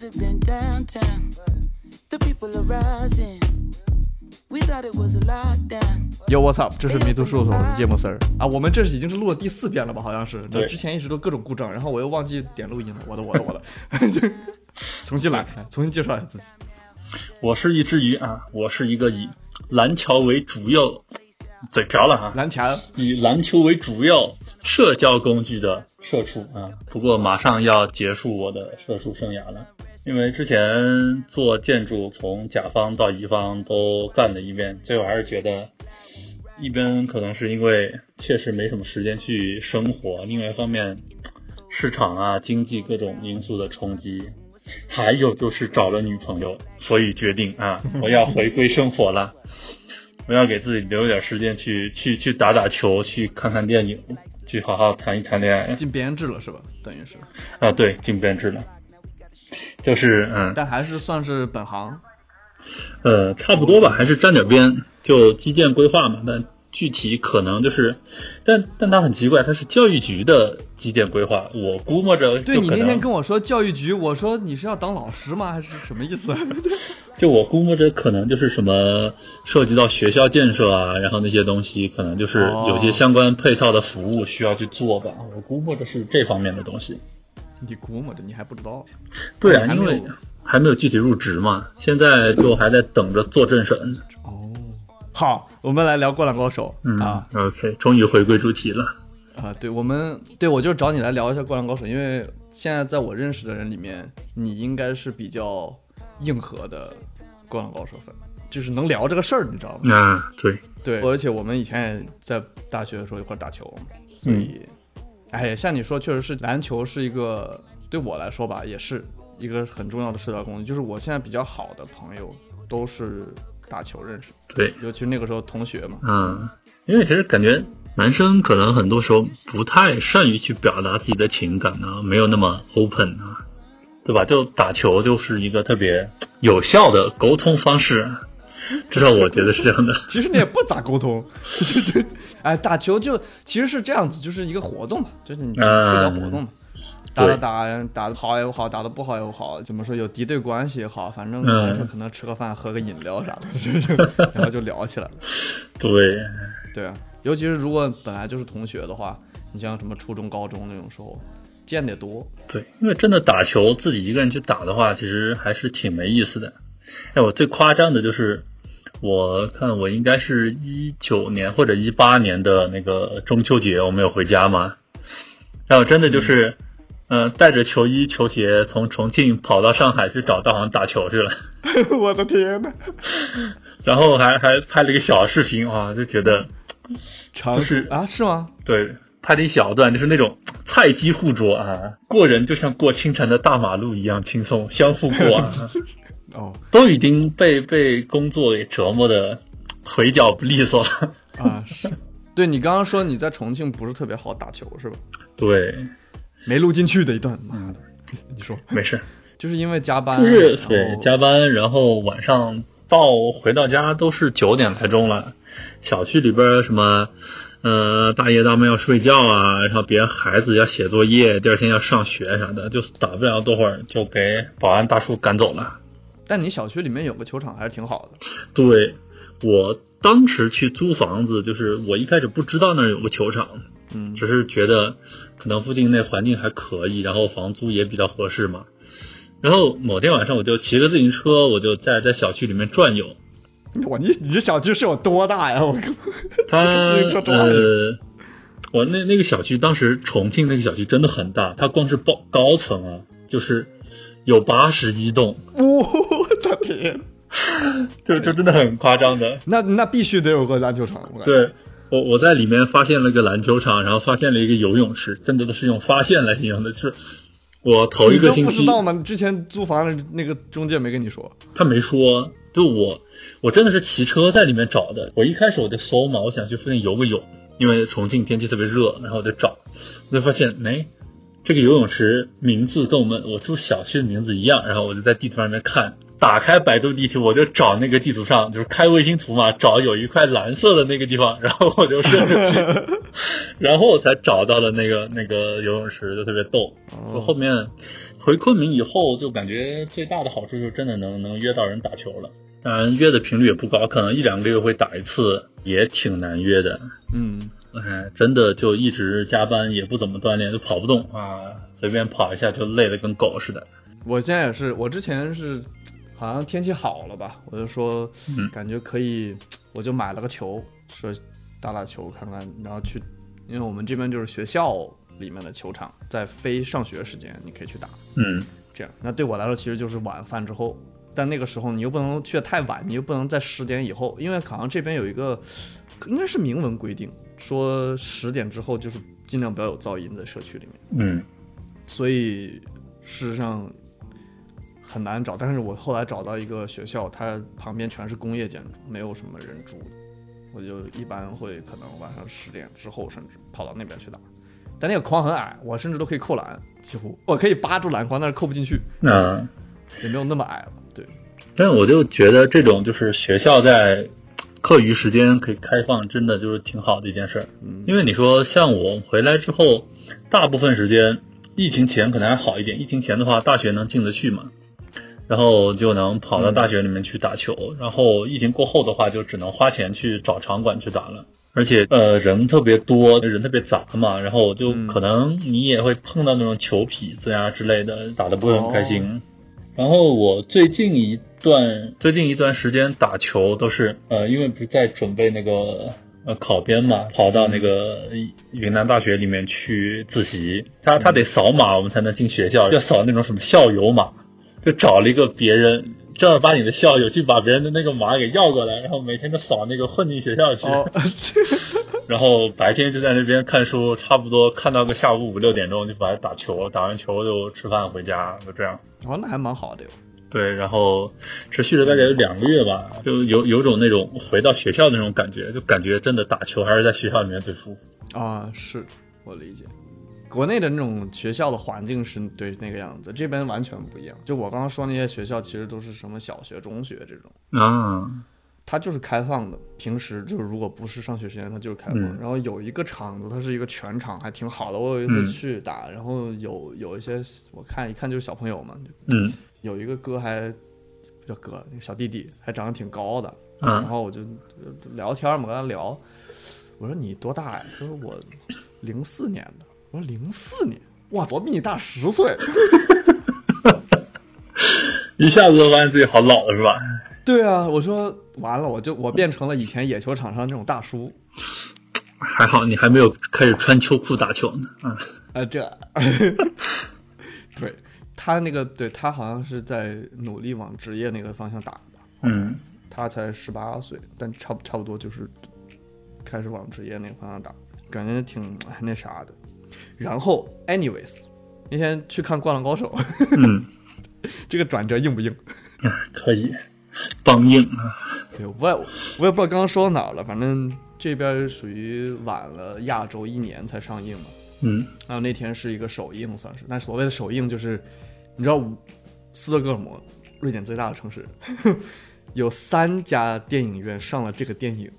have been downtown. The people are rising. We thought it was a lockdown. Yo, what's up？这是迷途树桶，我是芥末丝儿啊。我们这是已经是录了第四遍了吧？好像是，那对之前一直都各种故障，然后我又忘记点录音了。我的，我的，我 的，重新来，重新介绍一下自己。我是一只鱼啊，我是一个以篮球为主要嘴瓢了啊，蓝强，以篮球为主要社交工具的社畜啊。不过马上要结束我的社畜生涯了，因为之前做建筑从甲方到乙方都干了一遍，最后还是觉得。一边可能是因为确实没什么时间去生活，另外一方面，市场啊、经济各种因素的冲击，还有就是找了女朋友，所以决定啊，我要回归生活了，我要给自己留一点时间去去去打打球，去看看电影，去好好谈一谈恋爱进编制了是吧？等于是，啊。对，进编制了，就是嗯但还是算是本行。呃，差不多吧，还是沾点边，就基建规划嘛。但具体可能就是，但但它很奇怪，它是教育局的基建规划，我估摸着对就你可那天能跟我说教育局，我说你是要当老师吗？还是什么意思？ 就我估摸着可能就是什么涉及到学校建设啊，然后那些东西，可能就是哦有些相关配套的服务需要去做吧。我估摸着是这方面的东西。你估摸着你还不知道？对啊，还没因有为还没有具体入职嘛，现在就还在等着做政审。哦，好，我们来聊《灌篮高手》嗯、啊。 ，OK，终于回归主题了。啊，对我们，对我就是找你来聊一下《灌篮高手》，因为现在在我认识的人里面，你应该是比较硬核的《灌篮高手》粉，就是能聊这个事儿，你知道吗？啊，对，对，而且我们以前也在大学的时候一块儿打球，所以，哎，像你说，确实是篮球是一个对我来说吧，也是一个很重要的社交工具。就是我现在比较好的朋友都是打球认识，对，尤其是那个时候同学嘛，嗯，因为其实感觉男生可能很多时候不太善于去表达自己的情感啊，没有那么 open 啊，对吧？就打球就是一个特别有效的沟通方式，啊至少我觉得是这样的。其实你也不咋沟通，对对， 哎，打球就其实是这样子，就是一个活动嘛，就是你社交活动嘛，打打嗯对打打的好也好，打的不好也好，怎么说有敌对关系也好，反正嗯还是可能吃个饭、喝个饮料啥的，就 然后就聊起来了。对，对啊，尤其是如果本来就是同学的话，你像什么初中、高中那种时候见得多，对，因为真的打球自己一个人去打的话，其实还是挺没意思的。哎，我最夸张的就是，我看我应该是一九年或者一八年的那个中秋节，我没有回家嘛，然后真的就是，呃，带着球衣球鞋从重庆跑到上海去找大黄打球去了， 我的天呐，然后还还拍了一个小视频啊，就觉得长就是啊，是吗？对，拍了一小段，就是那种菜鸡互啄啊，过人就像过清晨的大马路一样轻松，相互过、啊。哦都已经被被工作给折磨的腿脚不利索了。 啊是， 对你刚刚说你在重庆不是特别好打球是吧？对，没录进去的一段，妈的，你说没事，嗯就是因为加班，就是然后对加班，然后晚上到回到家都是九点来钟了。小区里边什么，呃，大爷大妈要睡觉啊，然后别人孩子要写作业，第二天要上学啥的，就打不了多会儿就给保安大叔赶走了。但你小区里面有个球场还是挺好 的，对我当时去租房子，就是我一开始不知道那儿有个球场，嗯只是觉得可能附近那环境还可以，然后房租也比较合适嘛。然后某天晚上我就骑个自行车，我就在在小区里面转 悠。我你你这小区是有多大呀？我靠，它骑个自行车多大呃，我那那个小区当时重庆那个小区真的很大，它光是高高层啊，就是有八十一栋， 我的天，就就真的很夸张的。那那必须得有个篮球场，我感觉。对我，我在里面发现了个篮球场，然后发现了一个游泳池，真的都是用发现来形容的。就是 我头一你个都星不期知，道吗？你之前租房的那个中介没跟你说？他没说，就我，我真的是骑车在里面找的。我一开始我就搜嘛，我想去附近游个泳，因为重庆天气特别热，然后我就找，我就发现，哎，这个游泳池名字跟我们我住小区的名字一样，然后我就在地图上面看，打开百度地图，我就找那个地图上，就是开卫星图嘛，找有一块蓝色的那个地方，然后我就 顺着去，然后我才找到了那个那个游泳池，就特别逗。我后面回昆明以后，就感觉最大的好处就是真的能能约到人打球了，当然约的频率也不高，可能一两个月会打一次，也挺难约的。嗯，哎，真的就一直加班，也不怎么锻炼，就跑不动啊，随便跑一下就累得跟狗似的。我现在也是，我之前是好像天气好了吧，我就说嗯感觉可以，我就买了个球，说打打球看看，然后去，因为我们这边就是学校里面的球场，在非上学时间你可以去打，嗯，这样。那对我来说其实就是晚饭之后，但那个时候你又不能去的太晚，你又不能在十点以后，因为好像这边有一个应该是明文规定，说十点之后就是尽量不要有噪音在社区里面，嗯，所以事实上很难找。但是我后来找到一个学校，它旁边全是工业建筑，没有什么人住的，我就一般会可能晚上十点之后，甚至跑到那边去打。但那个框很矮，我甚至都可以扣篮，几乎我可以扒住篮筐，但是扣不进去。那、也没有那么矮了。对，但我就觉得这种就是学校在课余时间可以开放，真的就是挺好的一件事儿。因为你说像我回来之后，大部分时间疫情前可能还好一点，疫情前的话大学能进得去嘛，然后就能跑到大学里面去打球。然后疫情过后的话，就只能花钱去找场馆去打了。而且呃人特别多，人特别杂嘛，然后就嗯可能你也会碰到那种球痞子呀之类的，打得不是很开心。哦然后我最近一段最近一段时间打球都是呃，因为不是在准备那个呃考编嘛，跑到那个云南大学里面去自习，他他得扫码我们才能进学校，要扫那种什么校友码，就找了一个别人。正儿八经的校友去把别人的那个码给要过来，然后每天都扫那个混进学校 去。哦，然后白天就在那边看书，差不多看到个下午五六点钟就把它打球，打完球就吃饭回家，就这样。哦，那还蛮好的哟。对，然后持续了大概有两个月吧，就有有种那种回到学校的那种感觉，就感觉真的打球还是在学校里面最舒服。啊，是我理解。国内的那种学校的环境是对那个样子，这边完全不一样。就我刚刚说那些学校，其实都是什么小学、中学这种，啊，它就是开放的。平时就是如果不是上学时间，它就是开放。嗯然后有一个场子，它是一个全场，还挺好的。我有一次嗯去打，然后有有一些我看一看就是小朋友嘛，就嗯有一个哥还不叫哥，那个小弟弟还长得挺高的，嗯然后我就呃聊天嘛，跟他聊，我说你多大呀？他说我零四年的，我说零四年，哇，我比你大十岁。 一下子就发现自己好老了是吧？对啊，我说完了，我就我变成了以前野球场上那种大叔，还好你还没有开始穿秋裤打球呢。啊，啊，这， 对他那个，对他好像是在努力往职业那个方向打吧。嗯他才十八岁，但差不差不多就是开始往职业那个方向打，感觉挺哎那啥的。然后，anyways，那天去看《灌篮高手》， 嗯，这个转折硬不硬？可以，棒硬啊。 对，我也我也不知道刚刚说到哪儿了，反正这边属于晚了亚洲一年才上映嘛。嗯然后那天是一个首映，算是，但所谓的首映就是，你知道斯德哥尔摩，瑞典最大的城市，有三家电影院上了这个电影，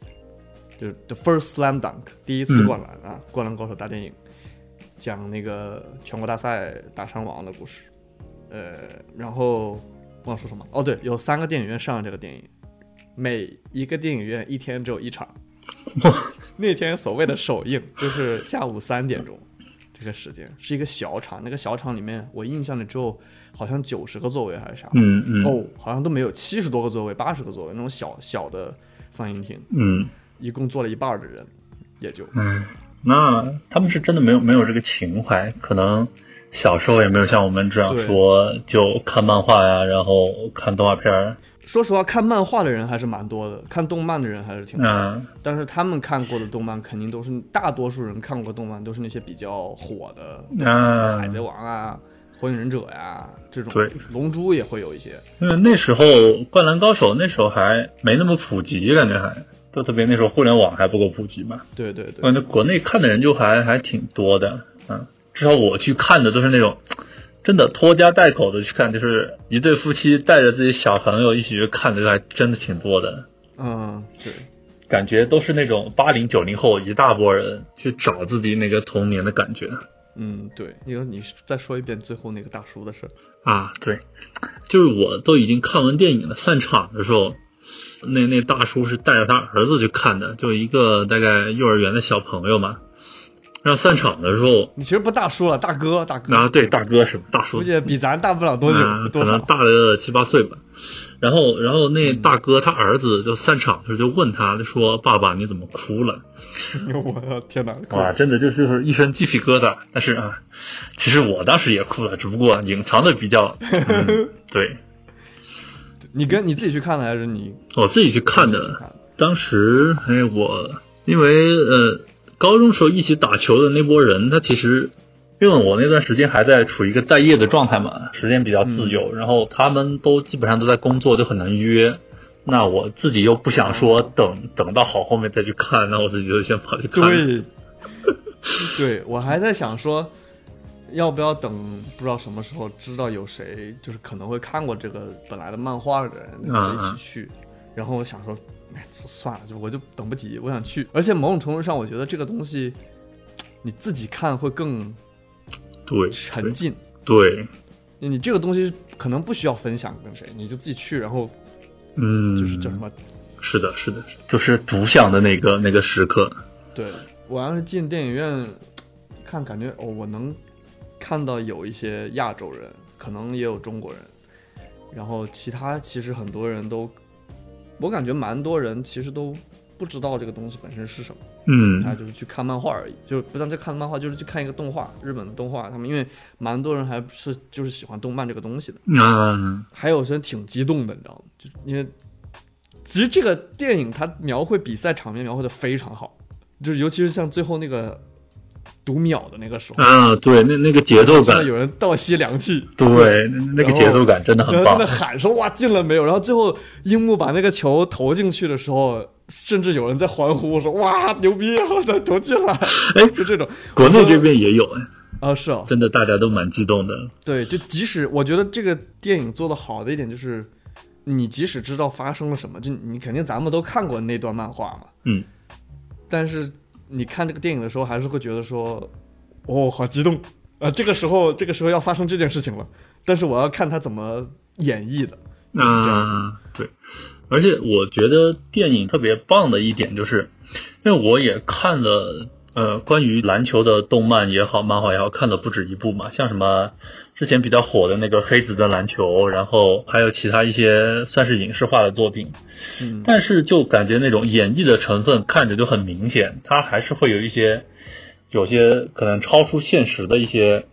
就是《The First Slam Dunk》第一次灌篮啊，灌篮高手大电影，讲那个全国大赛打伤亡的故事。呃，然后忘了说什么哦，对，有三个电影院上了这个电影，每一个电影院一天只有一场。那天所谓的首映就是下午三点钟，这个时间是一个小场，那个小场里面我印象里只有好像九十个座位还是啥，嗯嗯哦，好像都没有七十多个座位，八十个座位那种小小的放映厅，嗯一共坐了一半儿的人，也就嗯，那他们是真的没有没有这个情怀，可能。小时候也没有像我们这样对说，就看漫画呀、然后看动画片儿，说实话，看漫画的人还是蛮多的，看动漫的人还是挺多的。嗯但是他们看过的动漫，肯定都是大多数人看过的动漫，都是那些比较火的，啊海，贼王》啊，《火影忍者、呀这种，对《龙珠》也会有一些。因为那时候《灌篮高手》那时候还没那么普及，感觉还都特别那时候互联网还不够普及嘛，对对对我，感啊觉国内看的人就还还挺多的，嗯，至少我去看的都是那种真的拖家带口的去看，就是一对夫妻带着自己小朋友一起去看的，还真的挺多的。嗯，对，感觉都是那种八零九零后一大波人去找自己那个童年的感觉嗯，对，你说你再说一遍最后那个大叔的事儿，啊！对，就是我都已经看完电影了，散场的时候，那那大叔是带着他儿子去看的，就一个大概幼儿园的小朋友嘛。然后散场的时候，你其实不大叔了，大哥，大哥，啊，对，大哥什么大叔估，计比咱大不了多久、嗯，可多能少。嗯大了七八岁吧。然后，然后那大哥他儿子就散场的时候就问他，就说：“爸爸，你怎么哭了？” 我的天哪！哭哇，真的就是就是一身鸡皮疙瘩。但是啊，其实我当时也哭了，只不过隐藏的比较。嗯、对你跟你自己去看的还是你 我自己去看自己去的，看当时哎，我因为呃，高中时候一起打球的那波人，他其实因为我那段时间还在处于一个待业的状态嘛，时间比较自由，然后他们都基本上都在工作，就很难约。那我自己又不想说等等到好后面再去看，那我自己就先跑去看。对， 对我还在想说，要不要等不知道什么时候知道有谁就是可能会看过这个本来的漫画的人，啊再一起去。然后我想说，哎，算了，就我就等不及，我想去。 而且某种程度上，我觉得这个东西你自己看会更对沉浸。对，你这个东西可能不需要分享跟谁，你就自己去，然后嗯，就是叫什么？是的，是的，就是独享的那个那个时刻。对我要是进电影院看，感觉哦，我能看到有一些亚洲人，可能也有中国人，然后其他其实很多人都，我感觉蛮多人其实都不知道这个东西本身是什么。他嗯，就是去看漫画而已，就是不但在看漫画，就是去看一个动画，日本的动画。他们因为蛮多人还是就是喜欢动漫这个东西的，啊，还有些人挺激动的，你知道吗？就因为其实这个电影它描绘比赛场面描绘的非常好，就是尤其是像最后那个读秒的那个时候，啊，对，那那个节奏看到感，有人倒吸凉气，对，那那个节奏感真的然很后在棒那。喊说哇进了没有？然后最后樱木把那个球投进去的时候，甚至有人在欢呼说哇牛逼，我操投进了，哎就这种国内这边也有，哎，啊是哦，真的大家都蛮激动的。对，就即使我觉得这个电影做的好的一点就是，你即使知道发生了什么，就你肯定咱们都看过那段漫画嘛，嗯，但是你看这个电影的时候，还是会觉得说，哦，好激动啊、这个时候这个时候要发生这件事情了，但是我要看他怎么演绎的，嗯就是这样子，啊，对，而且我觉得电影特别棒的一点就是，因为我也看了呃关于篮球的动漫也好，漫画也好，看了不止一部嘛，像什么之前比较火的那个《黑子的篮球》，然后还有其他一些算是影视化的作品，嗯但是就感觉那种演绎的成分看着就很明显，它还是会有一些有些可能超出现实的一些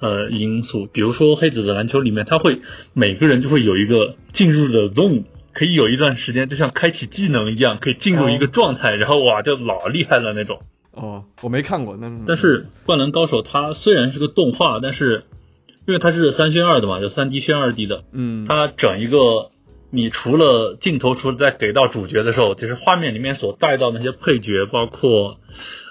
呃因素，比如说《黑子的篮球》里面，它会每个人就会有一个进入的 zone，可以有一段时间就像开启技能一样，可以进入一个状态，然后哇就老厉害了那种。哦，我没看过，那但是《灌篮高手》它虽然是个动画，但是因为它是三宣二的嘛，有三 D 宣二 D 的，嗯，它整一个，你除了镜头，除了在给到主角的时候，就是画面里面所带到那些配角，包括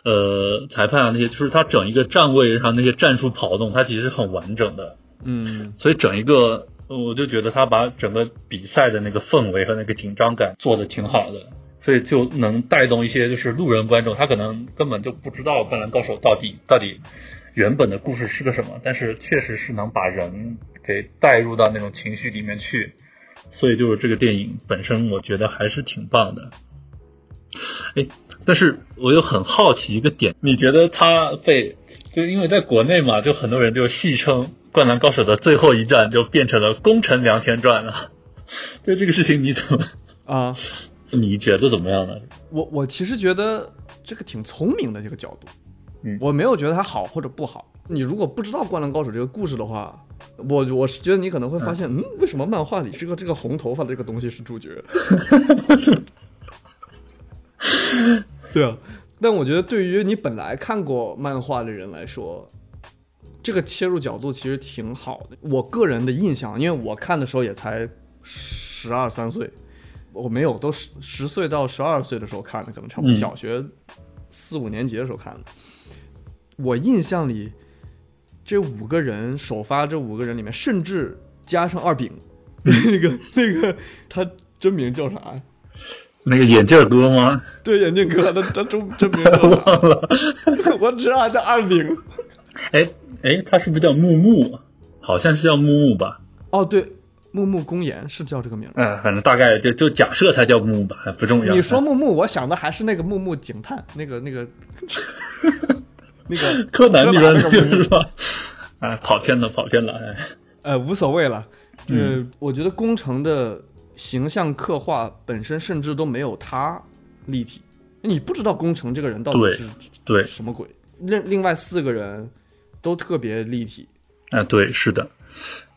呃裁判啊那些，就是它整一个站位上那些战术跑动，它其实很完整的。嗯所以整一个，呃我就觉得他把整个比赛的那个氛围和那个紧张感做的挺好的。所以就能带动一些就是路人观众，他可能根本就不知道《灌篮高手》到底到底原本的故事是个什么，但是确实是能把人给带入到那种情绪里面去。所以就是这个电影本身，我觉得还是挺棒的。哎，但是我又很好奇一个点，你觉得它被就因为在国内嘛，就很多人就戏称《灌篮高手》的最后一战就变成了《宫城良田传》了。 对这个事情你怎么 啊，你觉得怎么样呢？我我其实觉得这个挺聪明的这个角度，嗯我没有觉得它好或者不好。你如果不知道《灌篮高手》这个故事的话，我我是觉得你可能会发现，嗯，为什么漫画里这个这个红头发的这个东西是主角？ 对啊，但我觉得对于你本来看过漫画的人来说，这个切入角度其实挺好的。我个人的印象，因为我看的时候也才十二三岁，我没有，都十十岁到十二岁的时候看的，可能差不多嗯小学四五年级的时候看的。我印象里，这五个人首发这五个人里面，甚至加上二饼， 那个那个他真名叫啥呀？那个眼镜哥吗？对，眼镜哥，他他真真名叫 啥？忘了。 我只爱他二饼。哎哎，他是不是叫木木？啊好像是叫木木吧？哦，对，木木公演是叫这个名儿。嗯，反正大概就就假设他叫木木吧，不重要。你说木木，我想的还是那个木木警探，那个那个 那个，柯南里边柯南那个是吧？ 哎，跑偏了，跑偏了。哎，呃，无所谓了。呃，嗯我觉得工程的形象刻画本身甚至都没有他立体，你不知道工程这个人到底对是对，什么鬼。另另外四个人都特别立体，啊，对，是的，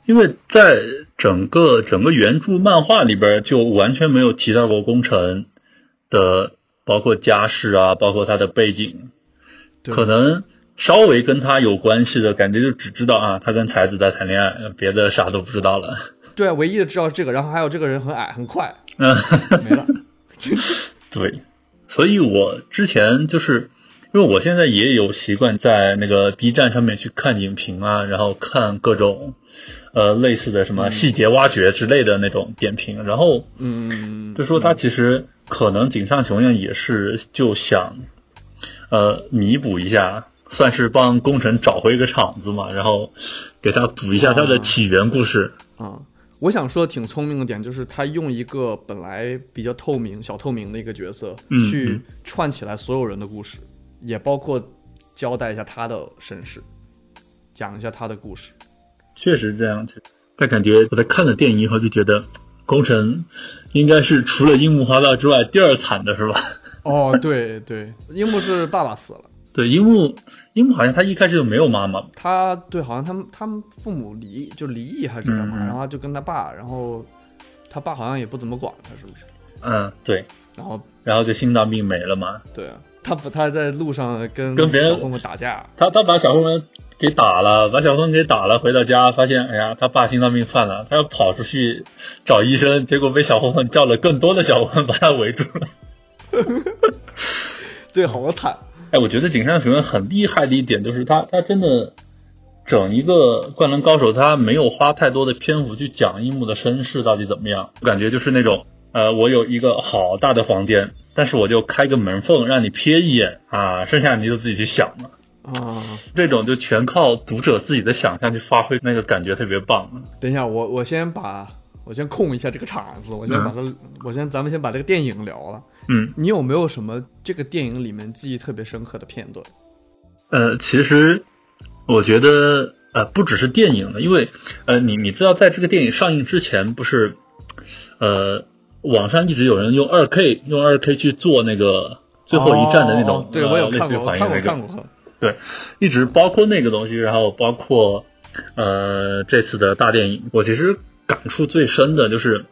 因为在整个整个原著漫画里边儿就完全没有提到过工程的，包括家世啊，包括他的背景，对可能稍微跟他有关系的感觉就只知道啊，他跟才子在谈恋爱，别的啥都不知道了。 对啊，唯一的知道是这个，然后还有这个人很矮很快，嗯，没 了。对，所以我之前就是因为我现在也有习惯在那个 B 站上面去看影评啊，然后看各种呃类似的什么细节挖掘之类的那种点评，然后嗯，就说他其实可能井上雄彦也是就想呃弥补一下。算是帮工程找回一个场子嘛，然后给他补一下他的起源故事。啊，我想说挺聪明的点就是他用一个本来比较透明、小透明的一个角色，嗯去串起来所有人的故事，也包括交代一下他的身世，讲一下他的故事。确实这样，但感觉我在看了电影以后就觉得，工程应该是除了樱木花道之外第二惨的是吧？ 哦，对对，樱木是爸爸死了，对，樱木樱木好像他一开始就没有妈妈，他对，好像他们他们父母离就离异还是干嘛，嗯嗯然后他就跟他爸，然后他爸好像也不怎么管他，是不是？嗯，对，然后然后就心脏病没了嘛。对啊，他不他在路上跟跟别人小混混打架，他他把小混混给打了，把小混混给打了，回到家发现，哎呀，他爸心脏病犯了，他要跑出去找医生，结果被小混混叫了更多的小混混把他围住了。对，好惨。哎，我觉得井上雄彦很厉害的一点就是他，他真的整一个《灌篮高手》，他没有花太多的篇幅去讲樱木的身世到底怎么样。我感觉就是那种，呃，我有一个好大的房间，但是我就开个门缝让你瞥一眼啊，剩下你就自己去想了。啊、这种就全靠读者自己的想象去发挥，那个感觉特别棒。等一下，我我先把我先空一下这个场子，我先把它，我先咱们先把这个电影聊了。嗯，你有没有什么这个电影里面记忆特别深刻的片段？呃，其实我觉得呃，不只是电影了，因为呃，你你知道，在这个电影上映之前，不是呃，网上一直有人用二 K 用二 K 去做那个最后一战的那种，哦对呃我有类看似于过，我还看原过那看个，过。一直包括那个东西，然后包括呃这次的大电影，我其实感触最深的就是。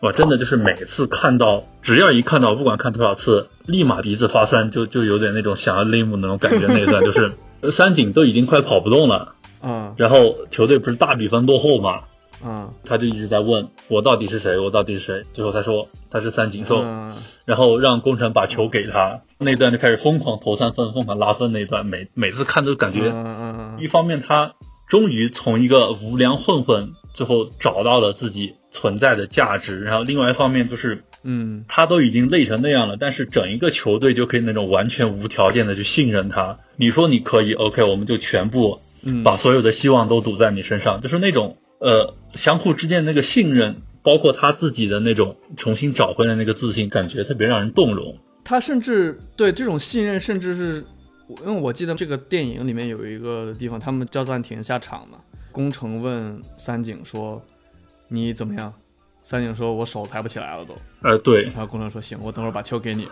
我真的就是每次看到，只要一看到，不管看多少次，立马鼻子发酸，就就有点那种想要泪目的那种感觉。那一段就是 三井都已经快跑不动了，嗯然后球队不是大比分落后嘛，嗯他就一直在问我到底是谁，我到底是谁。最后他说他是三井寿，嗯，然后让工程把球给他。那段就开始疯狂投三分、疯狂拉分那一段，每每次看都感觉，嗯一嗯方面他终于从一个无良混混最后找到了自己存在的价值，然后另外一方面就是嗯他都已经累成那样了，但是整一个球队就可以那种完全无条件的去信任他。你说你可以，OK，我们就全部嗯，把所有的希望都赌在你身上，就是那种呃相互之间的那个信任，包括他自己的那种重新找回来那个自信，感觉特别让人动容。他甚至对这种信任，甚至是我因为我记得这个电影里面有一个地方，他们叫暂停下场嘛。宫城问三井说：“你怎么样？”三井说：“我手抬不起来了都。”呃，对，然后工程说：“行，我等会儿把球给你。”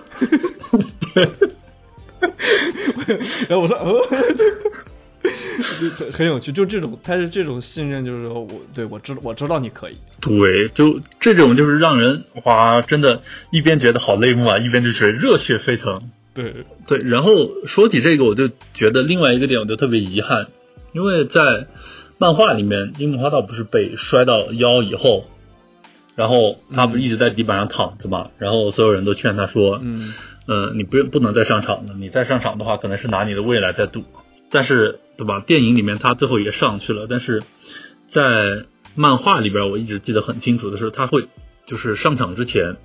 然后我说：“ 哦，就很很有趣，就这种，他是这种信任，就是说我对我知我知道你可以。对，就这种就是让人哇，真的，一边觉得好泪目啊，一边就觉得热血沸腾。对，对，然后说起这个，我就觉得另外一个点，我就特别遗憾，因为在漫画里面，樱木花道不是被摔到腰以后，然后他不是一直在地板上躺着嘛，然后所有人都劝他说，嗯呃，你不不能再上场了，你再上场的话，可能是拿你的未来在赌。但是对吧？电影里面他最后也上去了，但是在漫画里边，我一直记得很清楚的是，他会就是上场之前，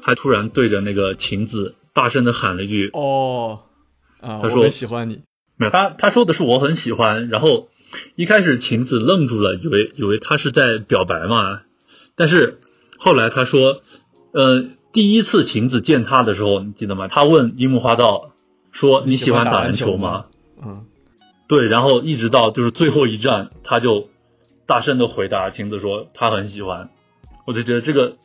还突然对着那个晴子大声的喊了一句哦，啊，他我说很喜欢你，没有，他他说的是我很喜欢，然后一开始晴子愣住了，以为以为他是在表白嘛，但是后来他说，呃，第一次晴子见他的时候，你记得吗？他问樱木花道说你你喜喜欢打欢打篮篮球球吗吗？嗯，对，然后一直到就是最后一战，他就大声的回答晴子说他很喜欢。我就觉得这个，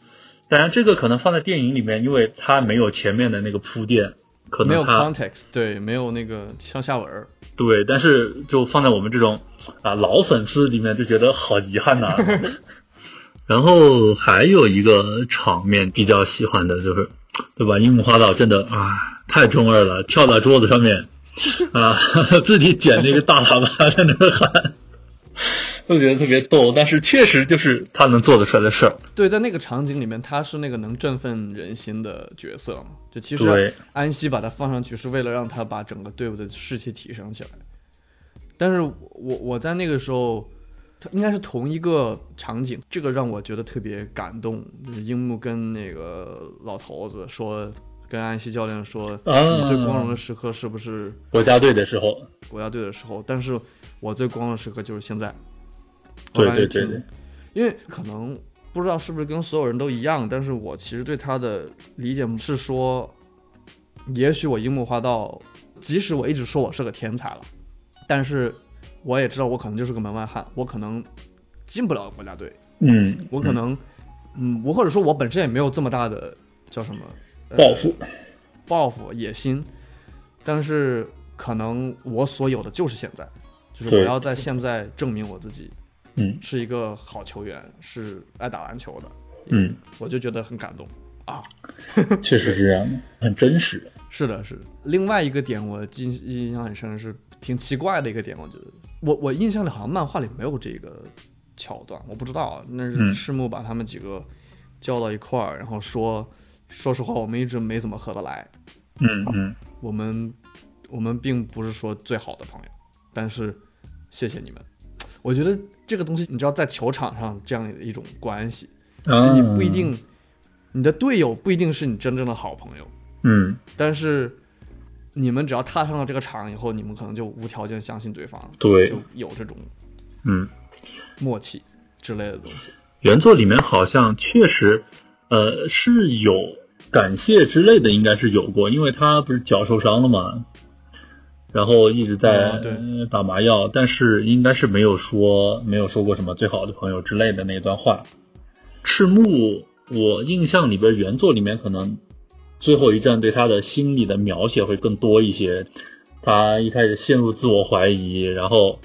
当然这个可能放在电影里面，因为他没有前面的那个铺垫，可没有能他 context，对，没有那个上下文儿，对，但是就放在我们这种啊老粉丝里面，就觉得好遗憾 呐、然后还有一个场面比较喜欢的就是，对吧？樱木花道真的啊太中二了，跳到桌子上 面啊自己捡那个大喇叭在那儿喊， 都觉得特别逗。但是确实就是他能做得出来的事儿，对，在那个场景里面，他是那个能振奋人心的角色嘛。就其实对安西把他放上去是为了让他把整个队伍的士气提升起来。但是我我在那个时候，他应该是同一个场景，这个让我觉得特别感动。就是樱木跟那个老头子说，跟安西教练说，啊你最光荣的时刻是不是国家队的时候，国家队的时候？但是我最光荣的时刻就是现在。对我感觉对对挺对，因为可能不知道是不是跟所有人都一样，但是我其实对他的理解是说，也许我樱木花道，即使我一直说我是个天才了，但是我也知道我可能就是个门外汉，我可能进不了国家队，嗯，我可能，嗯，我或者说我本身也没有这么大的叫什么呃报复，抱负、野心，但是可能我所有的就是现在，就是对我要在现在证明我自己，嗯是一个好球员，是爱打篮球的， 嗯，我就觉得很感动啊。确实是这样的，很真实。是的，是的。另外一个点我印印象很深是挺奇怪的一个点，我觉得我我印象里好像漫画里没有这个桥段，我不知道啊那是嗯赤木把他们几个叫到一块儿，然后说，说实话我们一直没怎么合得来，嗯嗯，我们我们并不是说最好的朋友，但是谢谢你们。我觉得这个东西，你知道，在球场上这样的一种关系，啊，你不一，定，你的队友不一定是你真正的好朋友，嗯，但是你们只要踏上了这个场以后，你们可能就无条件相信对方，对就有这种嗯，默契之类的东西。原作里面好像确实，呃，是有感谢之类的，应该是有过，因为他不是脚受伤了嘛，然后一直在、哦对打麻药，但是应该是没有说没有说过什么最好的朋友之类的那段话。赤木，我印象里边原作里面可能最后一战对他的心理的描写会更多一些。他一开始陷入自我怀疑，然后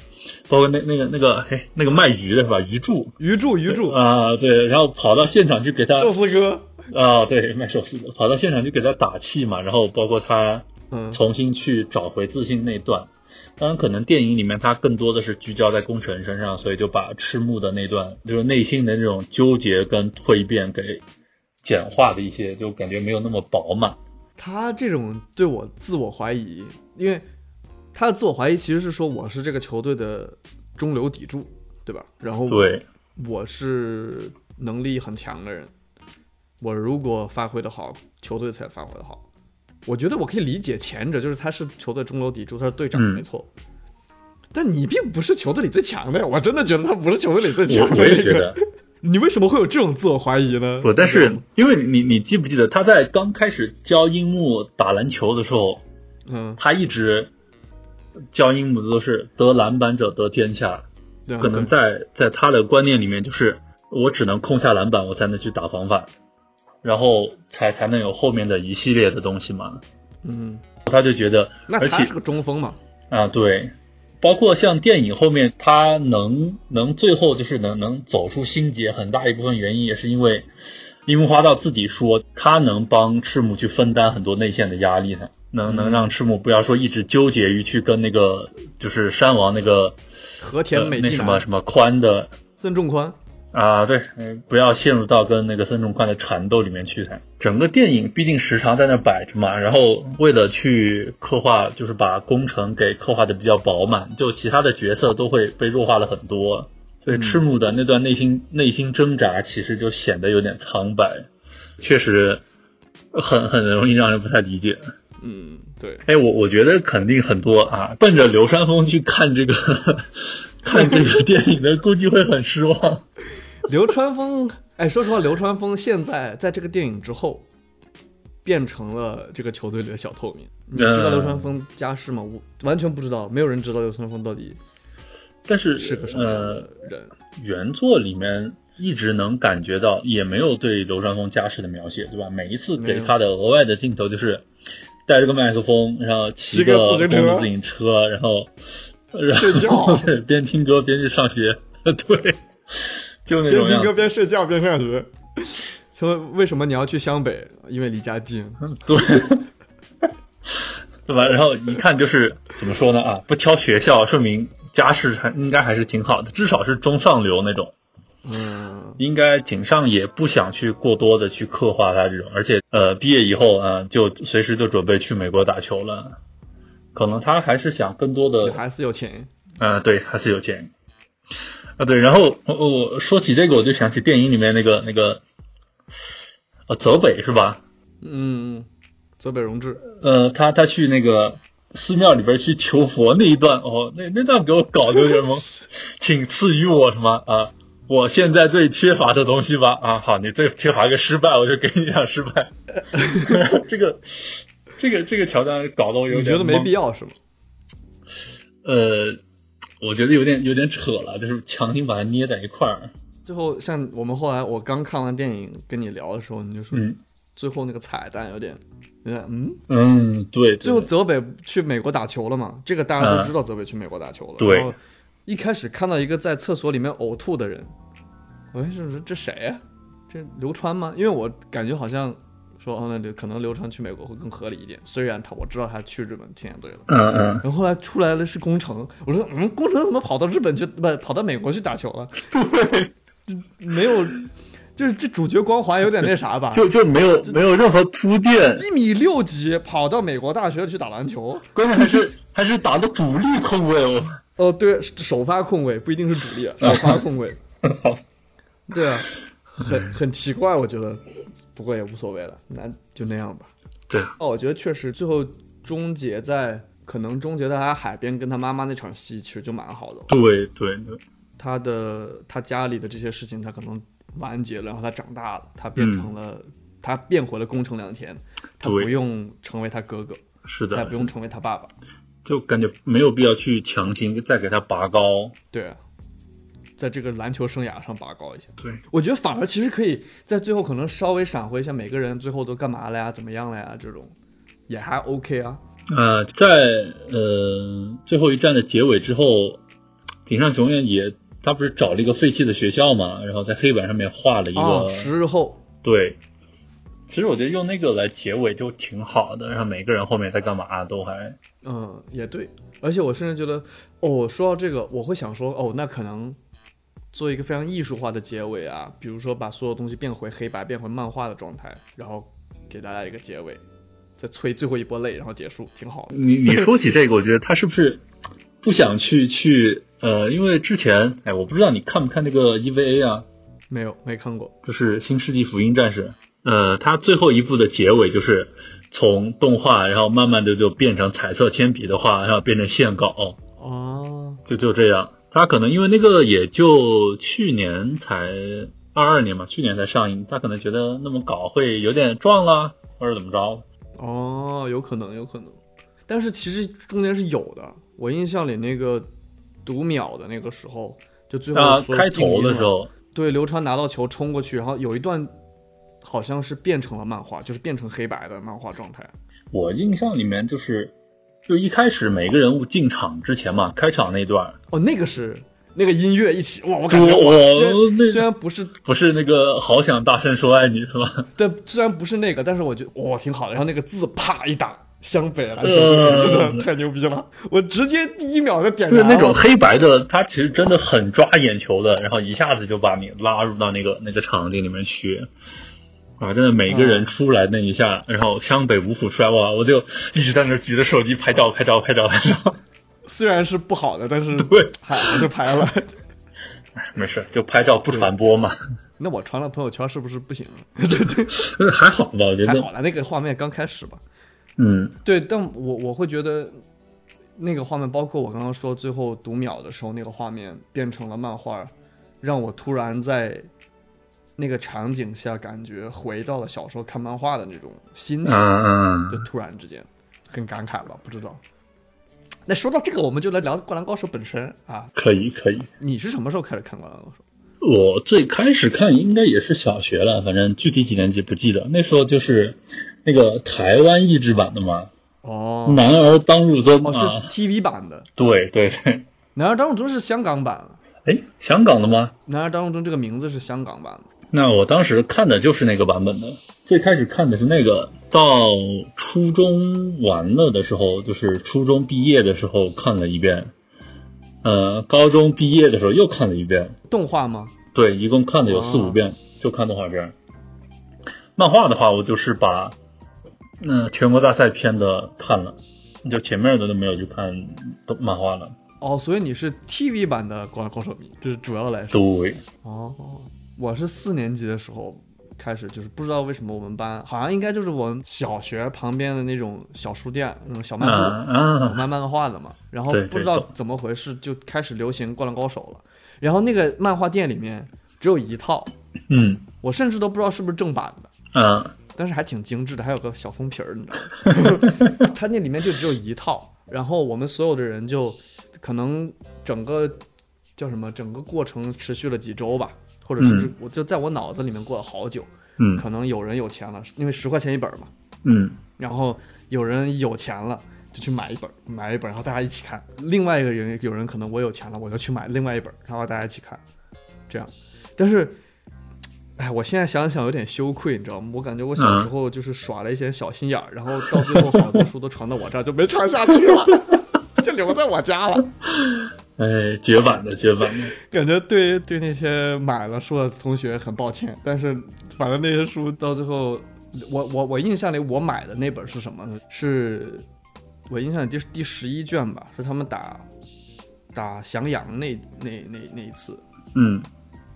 包括那那个那个嘿那个卖鱼的是吧？鱼柱，鱼柱，鱼柱，啊，对，呃然后跑到现场去给他寿司哥，啊，对，卖寿司的，跑到现场去给他打气嘛，然后包括他嗯，重新去找回自信那一段。当然，可能电影里面他更多的是聚焦在宫城身上，所以就把赤木的那段就是内心的那种纠结跟蜕变给简化了一些，就感觉没有那么饱满。他这种对我自我怀疑，因为他的自我怀疑其实是说我是这个球队的中流砥柱，对吧？然后对，我是能力很强的人，我如果发挥的好，球队才发挥的好。我觉得我可以理解前者，就是他是球队中流砥柱，他是队长，嗯没错。但你并不是球队里最强的呀，我真的觉得他不是球队里最强我的我也那觉个得。。你为什么会有这种自我怀疑呢？不，但是因为你你记不记得他在刚开始教樱木打篮球的时候，嗯，他一直教樱木的都是得篮板者得天下，对啊，可能对在在他的观念里面，就是我只能控下篮板，我才能去打防反，然后才才能有后面的一系列的东西嘛。嗯，他就觉得，那而他且是个中锋嘛，啊，对，包括像电影后面，他能能最后就是能能走出心结，很大一部分原因也是因为樱木花道自己说，他能帮赤木去分担很多内线的压力呢，能能让赤木不要说一直纠结于去跟那个就是山王那个和呃田美那纪什男、么什么宽的孙仲宽，啊，对，嗯，不要陷入到跟那个孙中宽的缠斗里面去。整个电影毕竟时长在那摆着嘛，然后为了去刻画，就是把工程给刻画的比较饱满，就其他的角色都会被弱化了很多，所以赤木的那段内心内心挣扎，其实就显得有点苍白，确实很很容易让人不太理解。嗯，对，哎，我我觉得肯定很多啊，奔着流川枫去看这个 看这个电影的，估计会很失望。流川枫，哎，说实话，流川枫现在在这个电影之后，变成了这个球队里的小透明。你呃知道流川枫家世吗？我完全不知道，没有人知道流川枫到底但是是个什么样呃的，人。原作里面一直能感觉到，也没有对流川枫家世的描写，对吧？每一次没给有他的额外的镜头就是带着个麦克风，然后骑骑个公自行路车自行车，然后然睡后，觉对 边听歌边去上学， 对，就那边种听样歌子，边睡觉边上学。说为什么你要去湘北？因为离家近。对。 对吧？ 然后一看就是怎么说呢啊，不挑学校，说明家世还应该还是挺好的，至少是中上流那种。嗯，应该井上也不想去过多的去刻画他这种，而且呃，毕业以后啊、呃就随时就准备去美国打球了。可能他还是想更多的，还是有钱。呃，对，还是有钱啊，对。然后我、我说起这个，我就想起电影里面那个那个，呃，泽北是吧？嗯，泽北荣治。呃，他他去那个寺庙里边去求佛那一段，哦，那那段给我搞得有点懵。 请赐予我什么啊？我现在最缺乏的东西吧？啊，好，你最缺乏个失败，我就给你点 失败。 这个，这个，这个桥段搞得我有你点觉得没必要？要是吗？呃，我觉得有点有点扯了，就是强行把它捏在一块儿。最后像我们后来我刚看完电影跟你聊的时候，你就说嗯最后那个彩蛋有点，有点嗯。嗯，对，最后对泽北去美国打球了嘛？这个大家都嗯知道泽北去美国打球了。对然后一开始看到一个在厕所里面呕吐的人，我一直说哎这谁呀、这流川吗？因为我感觉好像说哦，那流可能流川去美国会更合理一点。虽然他我知道他去日本青年队了。嗯嗯，然后后来出来了是宫城，我说嗯，宫城怎么跑到日本去 不跑到美国去打球了？对，没有，就是这主角光环有点那啥吧，就就没有没有任何铺垫，一米六几跑到美国大学去打篮球，关键还是还是打的主力控卫哦。哦，对，首发控卫不一定是主力，啊首发控卫。 好，对啊，很很奇怪，我觉得，不过也无所谓了，那就那样吧。对，哦，我觉得确实最后终结在可能终结在他海边跟他妈妈那场戏，其实就蛮好的。对对对，他的他家里的这些事情，他可能完结了，然后他长大了，他变成了、他变回了宫城良田，他不嗯对用成为他哥哥，是他也的不，用成为他爸爸。就感觉没有必要去强行再给他拔高。对啊，在这个篮球生涯上拔高一下。对，我觉得反而其实可以在最后可能稍微闪回一下每个人最后都干嘛了呀，怎么样了呀这种，也还 OK 啊。呃，在呃最后一战的结尾之后，井上雄彦也他不是找了一个废弃的学校嘛，然后在黑板上面画了一个、啊，十日后，对。其实我觉得用那个来结尾就挺好的，然后每个人后面在干嘛都还嗯，也对。而且我甚至觉得，哦，说到这个，我会想说，哦，那可能做一个非常艺术化的结尾啊，比如说把所有东西变回黑白，变回漫画的状态，然后给大家一个结尾，再催最后一波泪，然后结束，挺好的。你你说起这个，我觉得他是不是不想去去呃，因为之前哎，我不知道你看不看那个 EVA 啊，没有，没看过。就是《新世纪福音战士》。呃，它最后一部的结尾就是从动画，然后慢慢的就变成彩色铅笔的画，然后变成线稿，哦，就就这样。它可能因为那个也就去年才二二年嘛，去年才上映，他可能觉得那么搞会有点撞啦，或者怎么着。哦，有可能，有可能。但是其实中间是有的，我印象里那个读秒的那个时候，就最啊后，所有开静头音的了时，候，对，刘川拿到球冲过去，然后有一段好像是变成了漫画，就是变成黑白的漫画状态。我印象里面就是，就一开始每个人物进场之前嘛，开场那段，哦，那个是那个音乐一起，哇，我感觉我哇，虽然我那虽然不是，不是那个好想大声说爱你是吧？但虽然不是那个，但是我觉得哇挺好的。然后那个字啪一打，湘北篮球队， 太牛逼了！我直接第一秒就点就是燃呃那种了黑白的，它其实真的很抓眼球的，然后一下子就把你拉入到那个那个场景里面去。啊，真的每个人出来那一下，嗯然后湘北五虎出来哇，我就一直在那举着手机拍照拍照拍 照拍照。虽然是不好的，但是对，嗨，我就拍了。 没事，就拍照不传播嘛，那我传了朋友圈是不是不行？还好吧，我觉还得好。了，那个画面刚开始吧。嗯对，但我我会觉得那个画面，包括我刚刚说最后读秒的时候那个画面变成了漫画，让我突然在那个场景下感觉回到了小时候看漫画的那种心情。嗯就突然之间很感慨吧，不知道。那说到这个，我们就来聊《灌篮高手》本身啊。可以可以。你是什么时候开始看《灌篮高手我最开始看应该也是小学了，反正具体几年级不记得。那时候就是那个台湾译制版的嘛，》？哦，男儿当入樽》哦，是啊， TV 版的，《对对对，男儿当入樽》是香港版，哎，香港的吗？ 《男儿当入樽》这个名字是香港版的。那我当时看的就是那个版本的，最开始看的是那个，到初中完了的时候，就是初中毕业的时候看了一遍，呃，高中毕业的时候又看了一遍，动画吗？对，一共看的有哦四五遍，就看动画片儿。漫画的话，我就是把那、全国大赛篇的看了，就前面的都没有去看动漫画了。哦，所以你是 TV 版的《灌篮高手》迷，这是主要来说。对，哦，我是四年级的时候开始，就是不知道为什么我们班好像应该就是我们小学旁边的那种小书店，那种小卖啊部。我啊，卖漫画的嘛，然后对不对知道懂怎么回事就开始流行《灌篮高手》了。然后那个漫画店里面只有一套，嗯我甚至都不知道是不是正版的，啊，但是还挺精致的，还有个小封皮儿，你知道吗？它那里面就只有一套，然后我们所有的人就可能整个叫什么，整个过程持续了几周吧，或者是不是我就在我脑子里面过了好久。嗯可能有人有钱了，因为十块钱一本嘛，嗯然后有人有钱了就去买一本，买一本，然后大家一起看。另外一个人有人可能我有钱了，我就去买另外一本，然后大家一起看，这样。但是，哎，我现在想想有点羞愧，你知道吗？我感觉我小时候就是耍了一些小心眼儿，然后到最后好多书都传到我这儿就没传下去了， 就留在我家了。哎，绝版的绝版的，感觉对对那些买了书的同学很抱歉，但是反正那些书到最后，我我我印象里我买的那本是什么呢？是我印象里第第十一卷吧，是他们打打降阳那那那那一次，嗯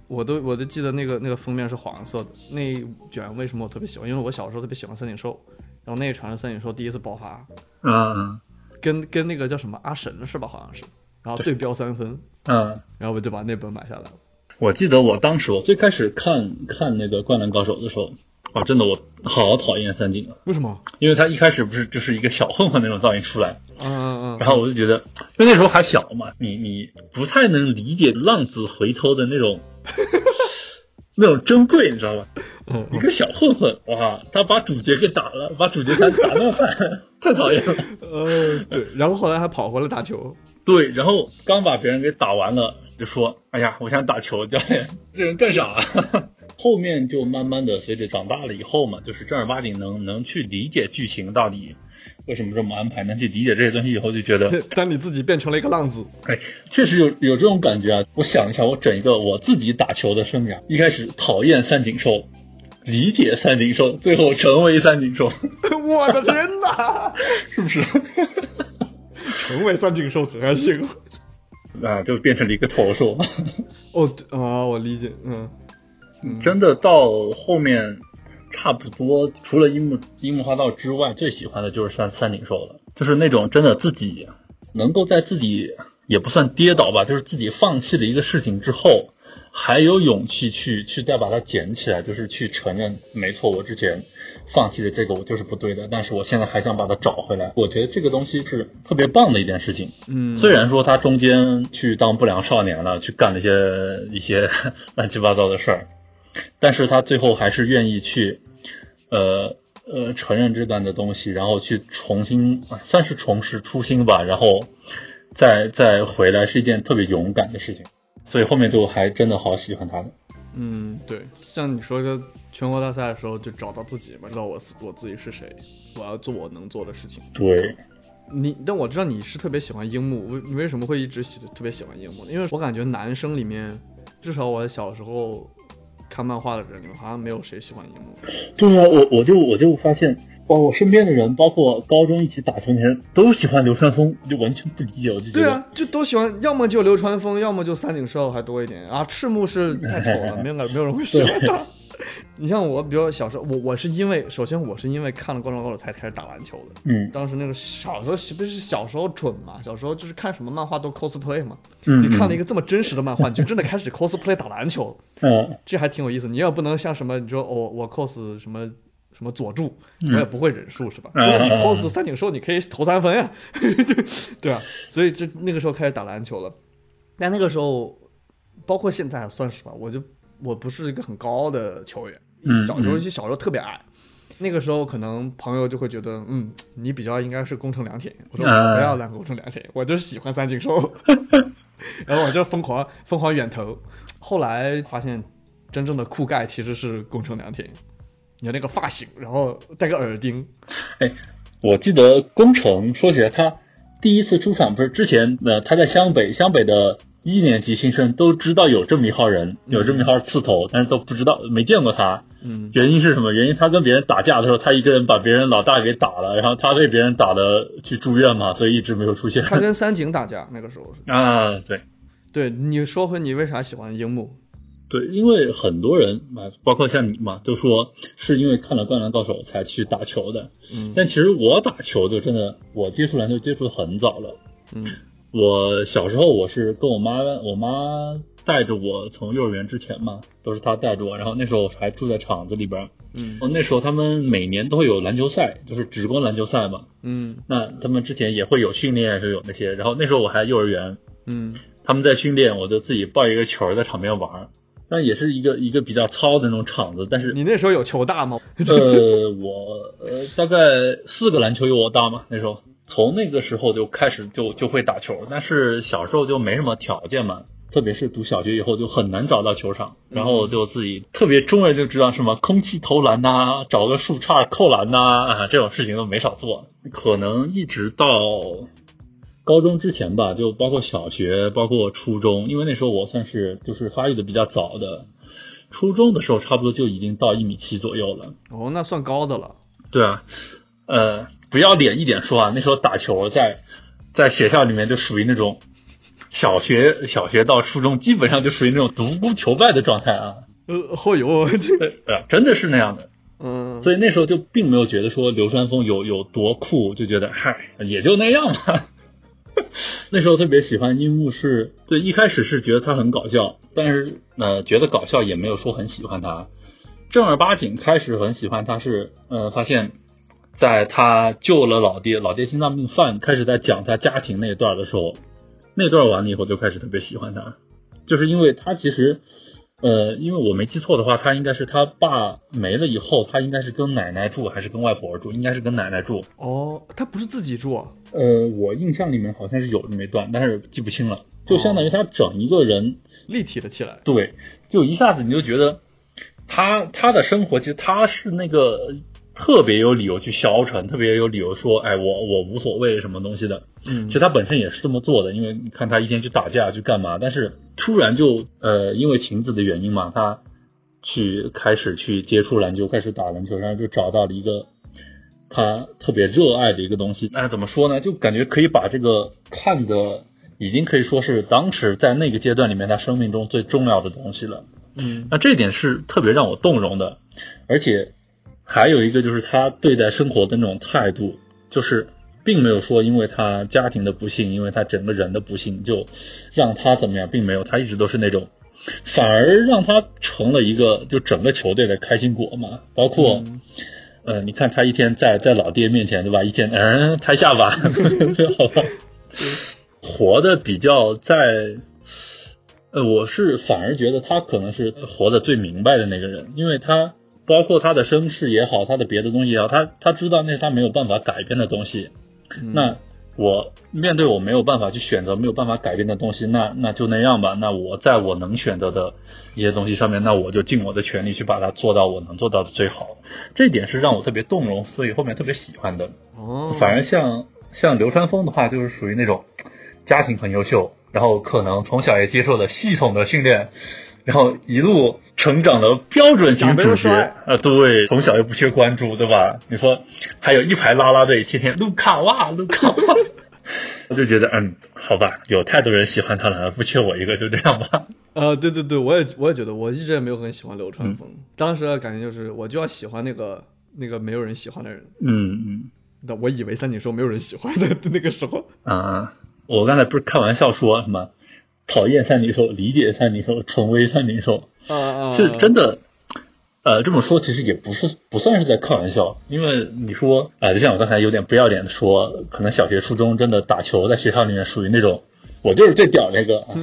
我都我都记得那个那个封面是黄色的那一卷，为什么我特别喜欢？因为我小时候特别喜欢三井寿，然后那一场是三井寿第一次爆发，啊跟跟那个叫什么阿神是吧？好像是，然后对标三分，啊。然后我就把那本买下来了。我记得我当时我最开始看看那个《灌篮高手》的时候，啊，真的我好讨厌三井啊，为什么？因为他一开始不是就是一个小混混那种造型出来，嗯嗯嗯。然后我就觉得，因为那时候还小嘛，你你不太能理解浪子回头的那种 那种珍贵，你知道吧？嗯一个小混混，哇，他把主角给打了，把主角三打那么惨，太讨厌了。 呃，对，然后后来还跑回来打球， 对，然后刚把别人给打完了，就说：“哎呀，我想打球，教练，这人干啥？” 后面就慢慢的，随着长大了以后嘛，就是正儿八经能能去理解剧情到底为什么这么安排，能去理解这些东西以后，就觉得但你自己变成了一个浪子。哎，确实有有这种感觉啊！我想一下，我整一个我自己打球的生涯，一开始讨厌三井寿，理解三井寿，最后成为三井寿， 我的天哪，是不是？ 成为三井寿可开心了。啊，就变成了一个投手。 哦对啊，我理解，嗯，真的到后面，差不多除了樱木樱木花道之外，最喜欢的就是三三井寿了，就是那种真的自己能够在自己也不算跌倒吧，就是自己放弃了一个事情之后，还有勇气去 去再把它捡起来，就是去承认，没错，我之前放弃的这个我就是不对的，但是我现在还想把它找回来。我觉得这个东西是特别棒的一件事情。嗯虽然说他中间去当不良少年了，去干了一些一些 乱七八糟的事儿，但是他最后还是愿意去，呃呃，承认这段的东西，然后去重新啊算是重拾初心吧，然后再再回来是一件特别勇敢的事情，所以后面就还真的好喜欢他的。嗯，对，像你说的全国大赛的时候，就找到自己嘛，知道我自我自己是谁，我要做我能做的事情。对，你，但我知道你是特别喜欢樱木，为你为什么会一直喜特别喜欢樱木呢？因为我感觉男生里面，至少我小时候看漫画的人里面，好像没有谁喜欢樱木。对啊，我我就我就发现，哇，我身边的人，包括高中一起打球那些人，都喜欢流川枫，我就完全不理解，我就觉对得，啊，就都喜欢，要么就流川枫，要么就三井寿还多一点啊。赤木是太丑了， 没有人没有人会喜欢他。 你像我，比如小时候，我我是因为，首先我是因为看了《灌篮高手》才开始打篮球的。嗯当时那个小时候是不是小时候蠢嘛？小时候就是看什么漫画都 cosplay 嘛。嗯，你看了一个，个这么真实的漫画，你就真的开始 cosplay 打篮球，嗯这还挺有意思。你也不能像什么，你说哦我、我 cos 什么什么佐助，我也不会忍术是吧？嗯但是你嗯嗯 cos 三井寿，你可以投三分呀， 对吧？啊所以就那个时候开始打篮球了。但那个时候，包括现在算是吧，我就我不是一个很高傲的球员，嗯小时候小时候特别矮。那个时候可能朋友就会觉得，嗯，你比较应该是宫城良田。我说啊我不要当宫城良田，我就是喜欢三井 寿。然后我就疯狂疯狂远投，后来发现真正的酷盖其实是宫城良田，你的那个发型，然后戴个耳钉，我记得宫城说起来，他第一次出场不是之前，呃，他在湘北，湘北的一年级新生都知道有这么一号人，有这么一号刺头，但是都不知道没见过他。嗯，原因是什么？原因他跟别人打架的时候，他一个人把别人老大给打了，然后他被别人打的去住院嘛，所以一直没有出现。他跟三井打架那个时候是。 啊，对对，你说回你为啥喜欢樱木？对，因为很多人嘛，包括像你嘛，都说是因为看了《灌篮高手》才去打球的。嗯但其实我打球就真的，我接触篮球接触的很早了。嗯我小时候我是跟我妈，我妈带着我从幼儿园之前嘛，都是她带着我。然后那时候我还住在厂子里边儿，嗯哦，那时候他们每年都会有篮球赛，就是职工篮球赛嘛。嗯那他们之前也会有训练，就有那些。然后那时候我还幼儿园，嗯他们在训练，我就自己抱一个球儿在场边玩儿。但也是一个一个比较糙的那种场子，但是你那时候有球大吗？呃，我呃大概四个篮球有我大嘛，那时候从那个时候就开始就就会打球，但是小时候就没什么条件嘛，特别是读小学以后就很难找到球场，然后就自己特别中二就知道什么空气投篮呐、找个树杈扣篮呐啊这种事情都没少做，可能一直到。高中之前吧，就包括小学，包括初中，因为那时候我算是就是发育的比较早的，初中的时候差不多就已经到一米七左右了。哦，那算高的了。对啊，呃，不要脸一点说啊，那时候打球在在学校里面就属于那种小学小学到初中，基本上就属于那种独孤求败的状态啊，呃，后有，呃呃，真的是那样的。 嗯，所以那时候就并没有觉得说流川枫有有多酷，就觉得嗨，也就那样吧。 那时候特别喜欢樱木是，对，一开始是觉得他很搞笑，但是呃，觉得搞笑也没有说很喜欢他。正儿八经开始很喜欢他是，呃，发现，在他救了老爹，老爹心脏病犯，开始在讲他家庭那一段的时候，那段完了以后就开始特别喜欢他，就是因为他其实，呃，因为我没记错的话，他应该是他爸没了以后，他应该是跟奶奶住还是跟外婆住？应该是跟奶奶住。哦，他不是自己住啊，呃，我印象里面好像是有这么一段，但是记不清了。就相当于他整一个人，立体了起来。对，就一下子你就觉得他他的生活其实他是那个特别有理由去消沉，特别有理由说，哎，我我无所谓什么东西的。嗯其实他本身也是这么做的，因为你看他一天去打架去干嘛，但是突然就呃，因为晴子的原因嘛，他去开始去接触篮球，开始打篮球，然后就找到了一个他特别热爱的一个东西。那怎么说呢？就感觉可以把这个看的已经可以说是当时在那个阶段里面他生命中最重要的东西了。嗯那这一点是特别让我动容的，而且还有一个就是他对待生活的那种态度，就是并没有说因为他家庭的不幸，因为他整个人的不幸就让他怎么样，并没有，他一直都是那种，反而让他成了一个就整个球队的开心果嘛，包括。呃，你看他一天在在老爹面前，对吧？一天 嗯，抬下巴，好吧，活的比较在呃，我是反而觉得他可能是活得最明白的那个人，因为他包括他的嗯嗯身世也好，他的别的东西也好，他他知道那是他没有办法改变的东西。那我面对我没有办法去选择、没有办法改变的东西，那那就那样吧。那我在我能选择的一些东西上面，那我就尽我的全力去把它做到我能做到的最好。这一点是让我特别动容，所以后面特别喜欢的。哦，反而像像流川枫的话，就是属于那种家庭很优秀，然后可能从小也接受了系统的训练，然后一路成长的标准型长得又主角帅啊、对，从小又不缺关注，对吧？你说还有一排拉拉队，天天卢卡哇，卢卡哇， 我就觉得嗯，好吧，有太多人喜欢他了，不缺我一个，就这样吧。呃，对对对，我也我也觉得，我一直也没有很喜欢流川枫。当时的感觉就是，我就要喜欢那个那个没有人喜欢的人。嗯嗯。那我以为三井寿没有人喜欢的 那个时候，啊，我刚才不是开玩笑说什么讨厌三井寿、理解三井寿、成为三井寿，啊啊，是真的。呃，这么说其实也不是不算是在开玩笑，因为你说啊、呃就像我刚才有点不要脸的说，可能小学、初中真的打球在学校里面属于那种我就是最屌那个啊。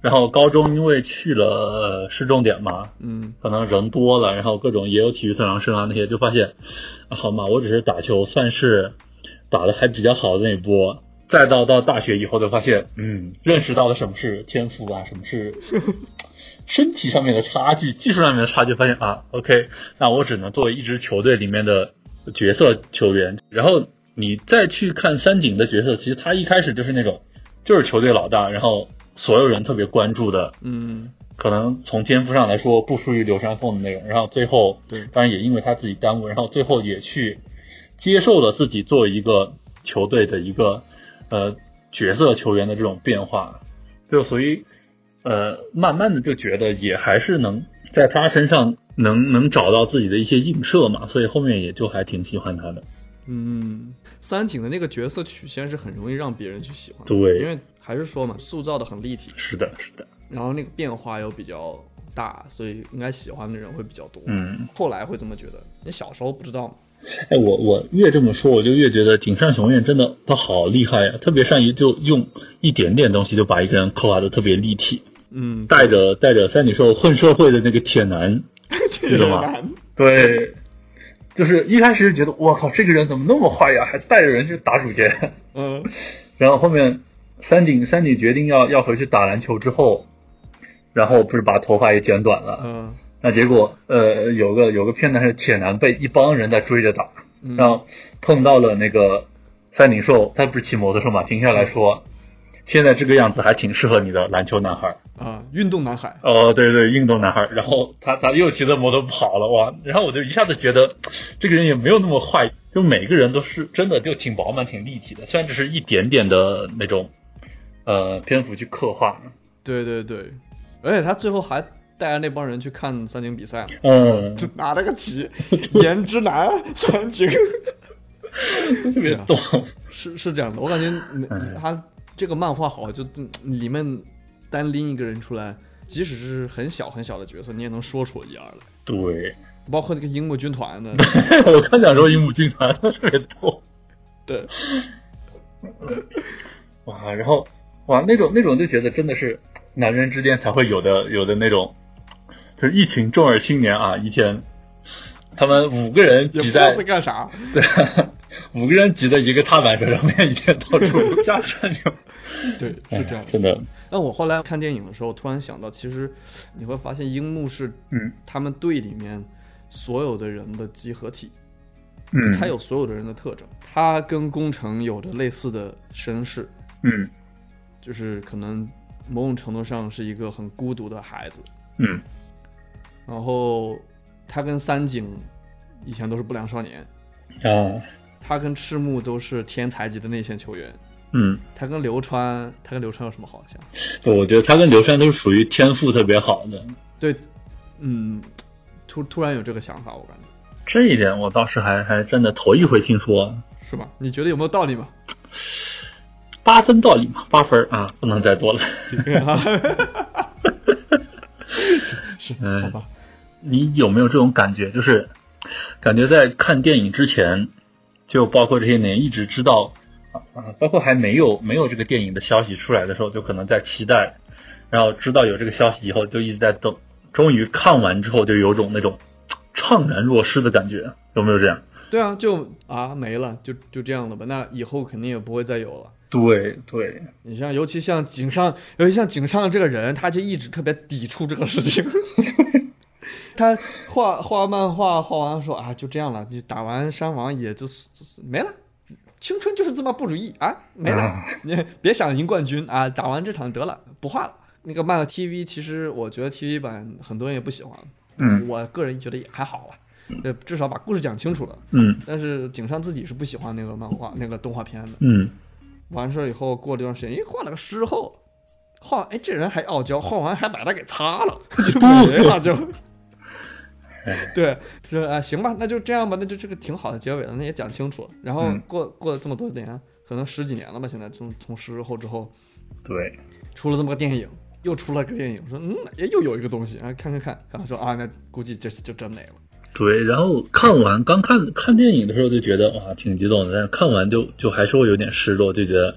然后高中因为去了、呃市重点嘛，嗯可能人多了，然后各种也有体育特长生啊那些，就发现，啊好嘛，我只是打球算是打的还比较好的那一波。再到到大学以后，就发现，嗯，认识到了什么是天赋啊，什么是身体上面的差距，技术上面的差距，发现啊，OK，那我只能作为一支球队里面的角色球员。然后你再去看三井的角色，其实他一开始就是那种，就是球队老大，然后所有人特别关注的，嗯，可能从天赋上来说不输于流川枫的那种，然后最后对当然也因为他自己耽误，然后最后也去接受了自己作为一个球队的一个呃角色球员的这种变化，就所以呃慢慢的就觉得也还是能在他身上能能找到自己的一些映射嘛，所以后面也就还挺喜欢他的。嗯，三井的那个角色曲线是很容易让别人去喜欢的，因对，为还是说嘛，塑造的很立体，是的，是的，然后那个变化又比较大，所以应该喜欢的人会比较多。嗯，后来会这么觉得，你小时候不知道嘛？哎，我我越这么说，我就越觉得井上雄彦真的他好厉害啊呀、特别善于就用一点点东西就把一个人刻画的特别立体， 嗯，带着带着三井寿混社会的那个铁男，记得吗？对，就是一开始觉得我靠这个人怎么那么坏呀、还带着人去打主角，嗯然后后面三井三井决定要要回去打篮球之后，然后不是把头发也剪短了，嗯那结果呃有个有个片段是铁男被一帮人在追着打。嗯，然后碰到了那个三井寿，他不是骑摩托车嘛，停下来说，现在这个样子还挺适合你的篮球男孩。啊，运动男孩，哦，对对，运动男孩。然后他他又骑着摩托跑了哇，然后我就一下子觉得这个人也没有那么坏，就每个人都是真的就挺饱满、挺立体的，虽然只是一点点的那种呃篇幅去刻画。对对对，而且他最后还带着那帮人去看三井比赛嘛，嗯，就拿了个旗，颜之男三 井，特别逗。 是是这样的，我感觉你嗯他这个漫画好，就嗯里面单拎一个人出来，即使是很小很小的角色，你也能说出一二来，对，包括那个樱木军团 的，我看小时候樱木军团特别逗。对，哇，然后哇，那种那种就觉得真的是男人之间才会有的有的那种，就是一群中二青年啊，一天他们五个人 也不知挤道在在干啥，对， 五个人挤在一个踏板车上面，一天 到处瞎转悠，对，是这样哎真的，那我后来看电影的时候，突然想到，其实你会发现樱木是嗯他们队里面所有的人的集合体，嗯，他有所有的人的特征，他跟宫城有着类似的身世，嗯就是可能某种程度上是一个很孤独的孩子，嗯然后他跟三井以前都是不良少年，啊他跟赤木都是天才级的内线球员，嗯，他跟流川，他跟流川有什么好像？我觉得他跟刘禅都是属于天赋特别好的，对，嗯，突突然有这个想法，我感觉这一点我倒是还还真的头一回听说，是吧？你觉得有没有道理 吗？八分道理嘛，八分儿啊，不能再多了。是，嗯好吧，你有没有这种感觉？就是感觉在看电影之前，就包括这些年一直知道啊，啊包括还没有没有这个电影的消息出来的时候，就可能在期待，然后知道有这个消息以后，就一直在等。终于看完之后，就有种那种怅然若失的感觉，有没有这样？对啊，就啊没了，就就这样了吧。那以后肯定也不会再有了。对对，你像，尤其像井上，尤其像井上这个人，他就一直特别抵触这个事情。 他画画漫画，画完说啊，就这样了，你打完山王也就就是没了，青春就是这么不如意啊，没了啊，你别想赢冠军啊，打完这场得了，不画了。那个漫画 TV，其实我觉得 TV 版很多人也不喜欢，嗯我个人觉得也还好吧，呃，至少把故事讲清楚了。嗯但是井上自己是不喜欢那个漫画、那个动画片的。嗯，完事儿以后，过了一段时间，诶，画了个诗后，画哎这人还傲娇，画完还把它给擦 了，就没了 就。对，说啊、行吧，那就这样吧，那就这个挺好的结尾了，那也讲清楚了。然后嗯过过了这么多年，可能十几年了吧，现在从从诗后之后对，出了这么个电影，又出了个电影，说嗯哎又有一个东西，啊看看看，然后说啊那估计这次就真没了。对，然后看完刚看看电影的时候就觉得哇挺激动的，但是看完就就还是会有点失落，就觉得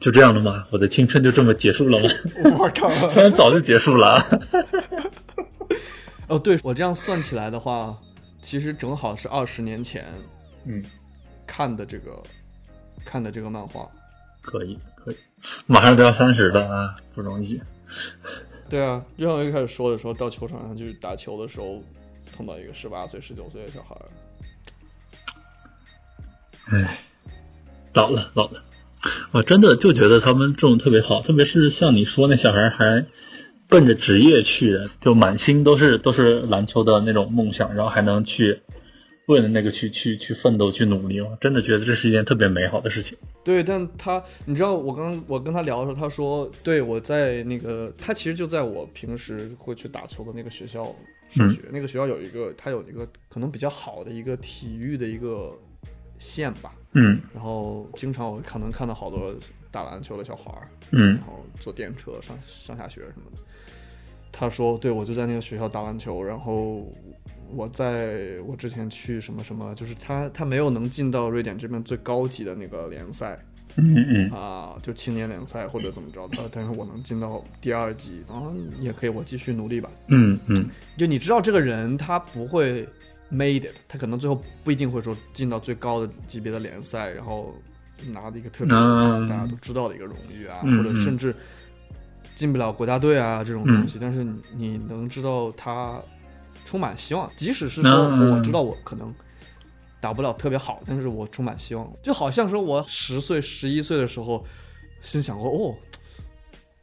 就这样了吗？我的青春就这么结束了吗？ 我靠！虽然早就结束了啊， 哦，对我这样算起来的话，其实正好是二十年前嗯，看的这个看的这个漫画。可以可以，马上就要三十了啊，不容易，对啊，就像我一开始说的时候，到球场上去打球的时候，碰到一个十八岁、十九岁的小孩儿，老了老了，我真的就觉得他们这种特别好，特别是像你说那小孩还奔着职业去的，就满心都是都是篮球的那种梦想，然后还能去为了那个去去去奋斗去努力，我真的觉得这是一件特别美好的事情。对，但他，你知道，我刚我跟他聊的时候，他说，对我在那个，他其实就在我平时会去打球的那个学校上学，那个学校有一个，他有一个可能比较好的一个体育的一个线吧，嗯然后经常我可能看到好多打篮球的小孩儿，嗯然后坐电车上上下学什么的。他说：“对，我就在那个学校打篮球，然后我在我之前去什么什么，就是他他没有能进到瑞典这边最高级的那个联赛嗯嗯，啊，就青年联赛或者怎么着的，但是我能进到第二级，然后也可以，我继续努力吧。嗯嗯，就你知道这个人他不会 made it，他可能最后不一定会说进到最高的级别的联赛，然后拿的一个特别嗯大家都知道的一个荣誉啊，嗯嗯或者甚至进不了国家队啊这种东西。但是你你能知道他充满希望，即使是说嗯我知道我可能。打不了特别好，但是我充满希望，就好像说我十岁、十一岁的时候，心想过哦，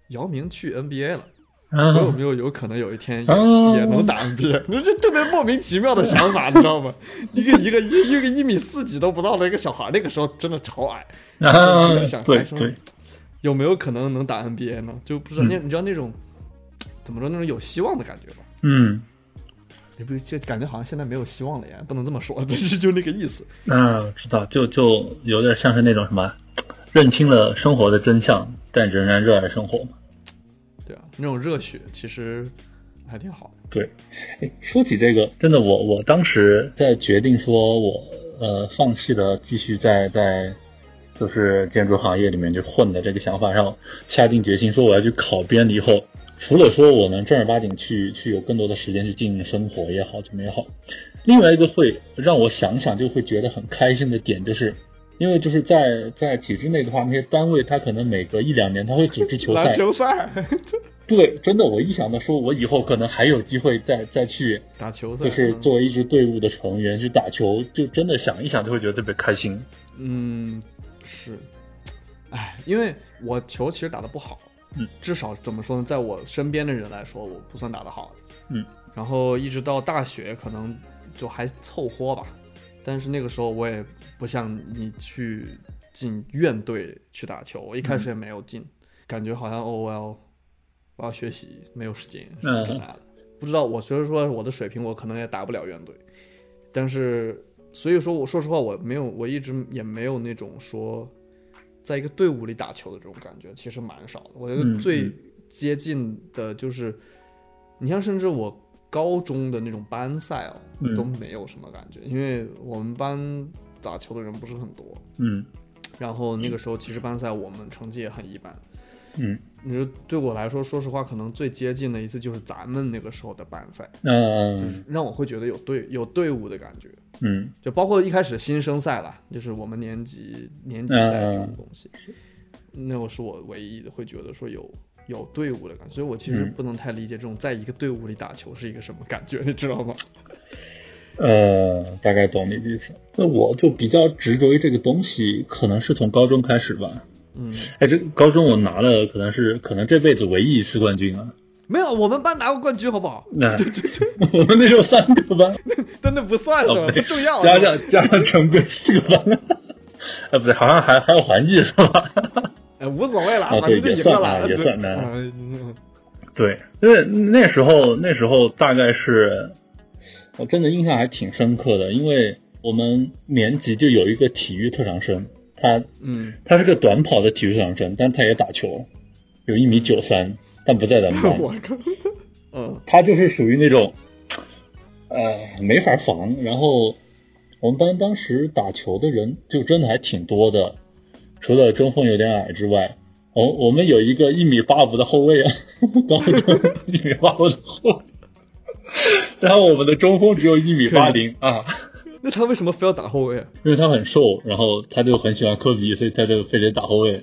姚明去 NBA 了，我有啊没有有可能有一天也、哦也能打 NBA？这这特别莫名其妙的想法，你知道 吗？一个一个一一个一米四几都不到的一个小孩，那个时候真的超矮，啊，对还说对，有没有可能能打 NBA 呢？就不嗯知道那、你知道那种怎么说那种有希望的感觉吧？嗯也不就感觉好像现在没有希望了呀，不能这么说，但是就那个意思。啊，知道，就就有点像是那种什么，认清了生活的真相，但仍然热爱生活嘛。对啊，那种热血其实还挺好的。对，诶说起这个，真的我，我当时在决定说我呃放弃了继续在在就是建筑行业里面就混的这个想法上，下定决心说我要去考编了以后，除了说我能正儿八经去去有更多的时间去经营生活也好，怎么也好，另外一个会让我想想就会觉得很开心的点就是。因为就是在在体制内的话，那些单位他可能每隔一两年他会组 织球赛篮，球赛，对，真的，我一想到说，我以后可能还有机会再再去打球赛，就是嗯作为一支队伍的成员去打球，就真的想一想就会觉得特别开心。嗯，是，哎，因为我球其实打得不好，嗯，至少怎么说呢，在我身边的人来说，我不算打得好的，嗯，然后一直到大学可能就还凑合吧，但是那个时候我也不像你去进院队去打球，我一开始也没有进，感觉好像哦，我要我要学习，没有时间，什么这嗯那的，不知道，我觉得说我的水平我可能也打不了院队，但是所以说我说实话，我没有，我一直也没有那种说在一个队伍里打球的这种感觉，其实蛮少的。我觉嗯得最嗯接近的就是，你像甚至我高中的那种班赛哦，嗯都没有什么感觉，因为我们班打球的人不是很多，嗯然后那个时候其实班赛我们成绩也很一般，嗯你说对我来说，说实话，可能最接近的一次就是咱们那个时候的班赛，就嗯是让我会觉得有队有队伍的感觉。嗯就包括一开始新生赛啦，就是我们年级年级赛嗯这种东西，那我是我唯一的会觉得说有有队伍的感觉，所以我其实嗯不能太理解这种在一个队伍里打球是一个什么感觉，你知道吗？呃，大概懂你的意思。那我就比较执着于这个东西，可能是从高中开始吧。嗯，哎，这高中我拿了，可能是可能这辈子唯一一次冠军啊。没有，我们班拿过冠军，好不好？ 那我们那时候三个班，但那不算是吧？哦不重要。加上加上成哥四个班， 啊，不对，好像还还有环技是吧？哎，无所谓啦，哦反正就对赢也了算啦，啊也对算啊 嗯对，因为那时候那时候大概是，我真的印象还挺深刻的，因为我们年级就有一个体育特长生，他嗯，他是个短跑的体育特长生，但他也打球，有一米九三，但不在 咱们班，我靠，嗯他就是属于那种，呃，没法防。然后我们班当时打球的人就真的还挺多的，除了中锋有点矮之外，我、我们有一个一米八五的后卫啊， 高中一米八五的后卫，然后我们的中锋只有一米八零啊，那他为什么非要打后卫啊？因为他很瘦，然后他就很喜欢科比，所以他就非得打后卫。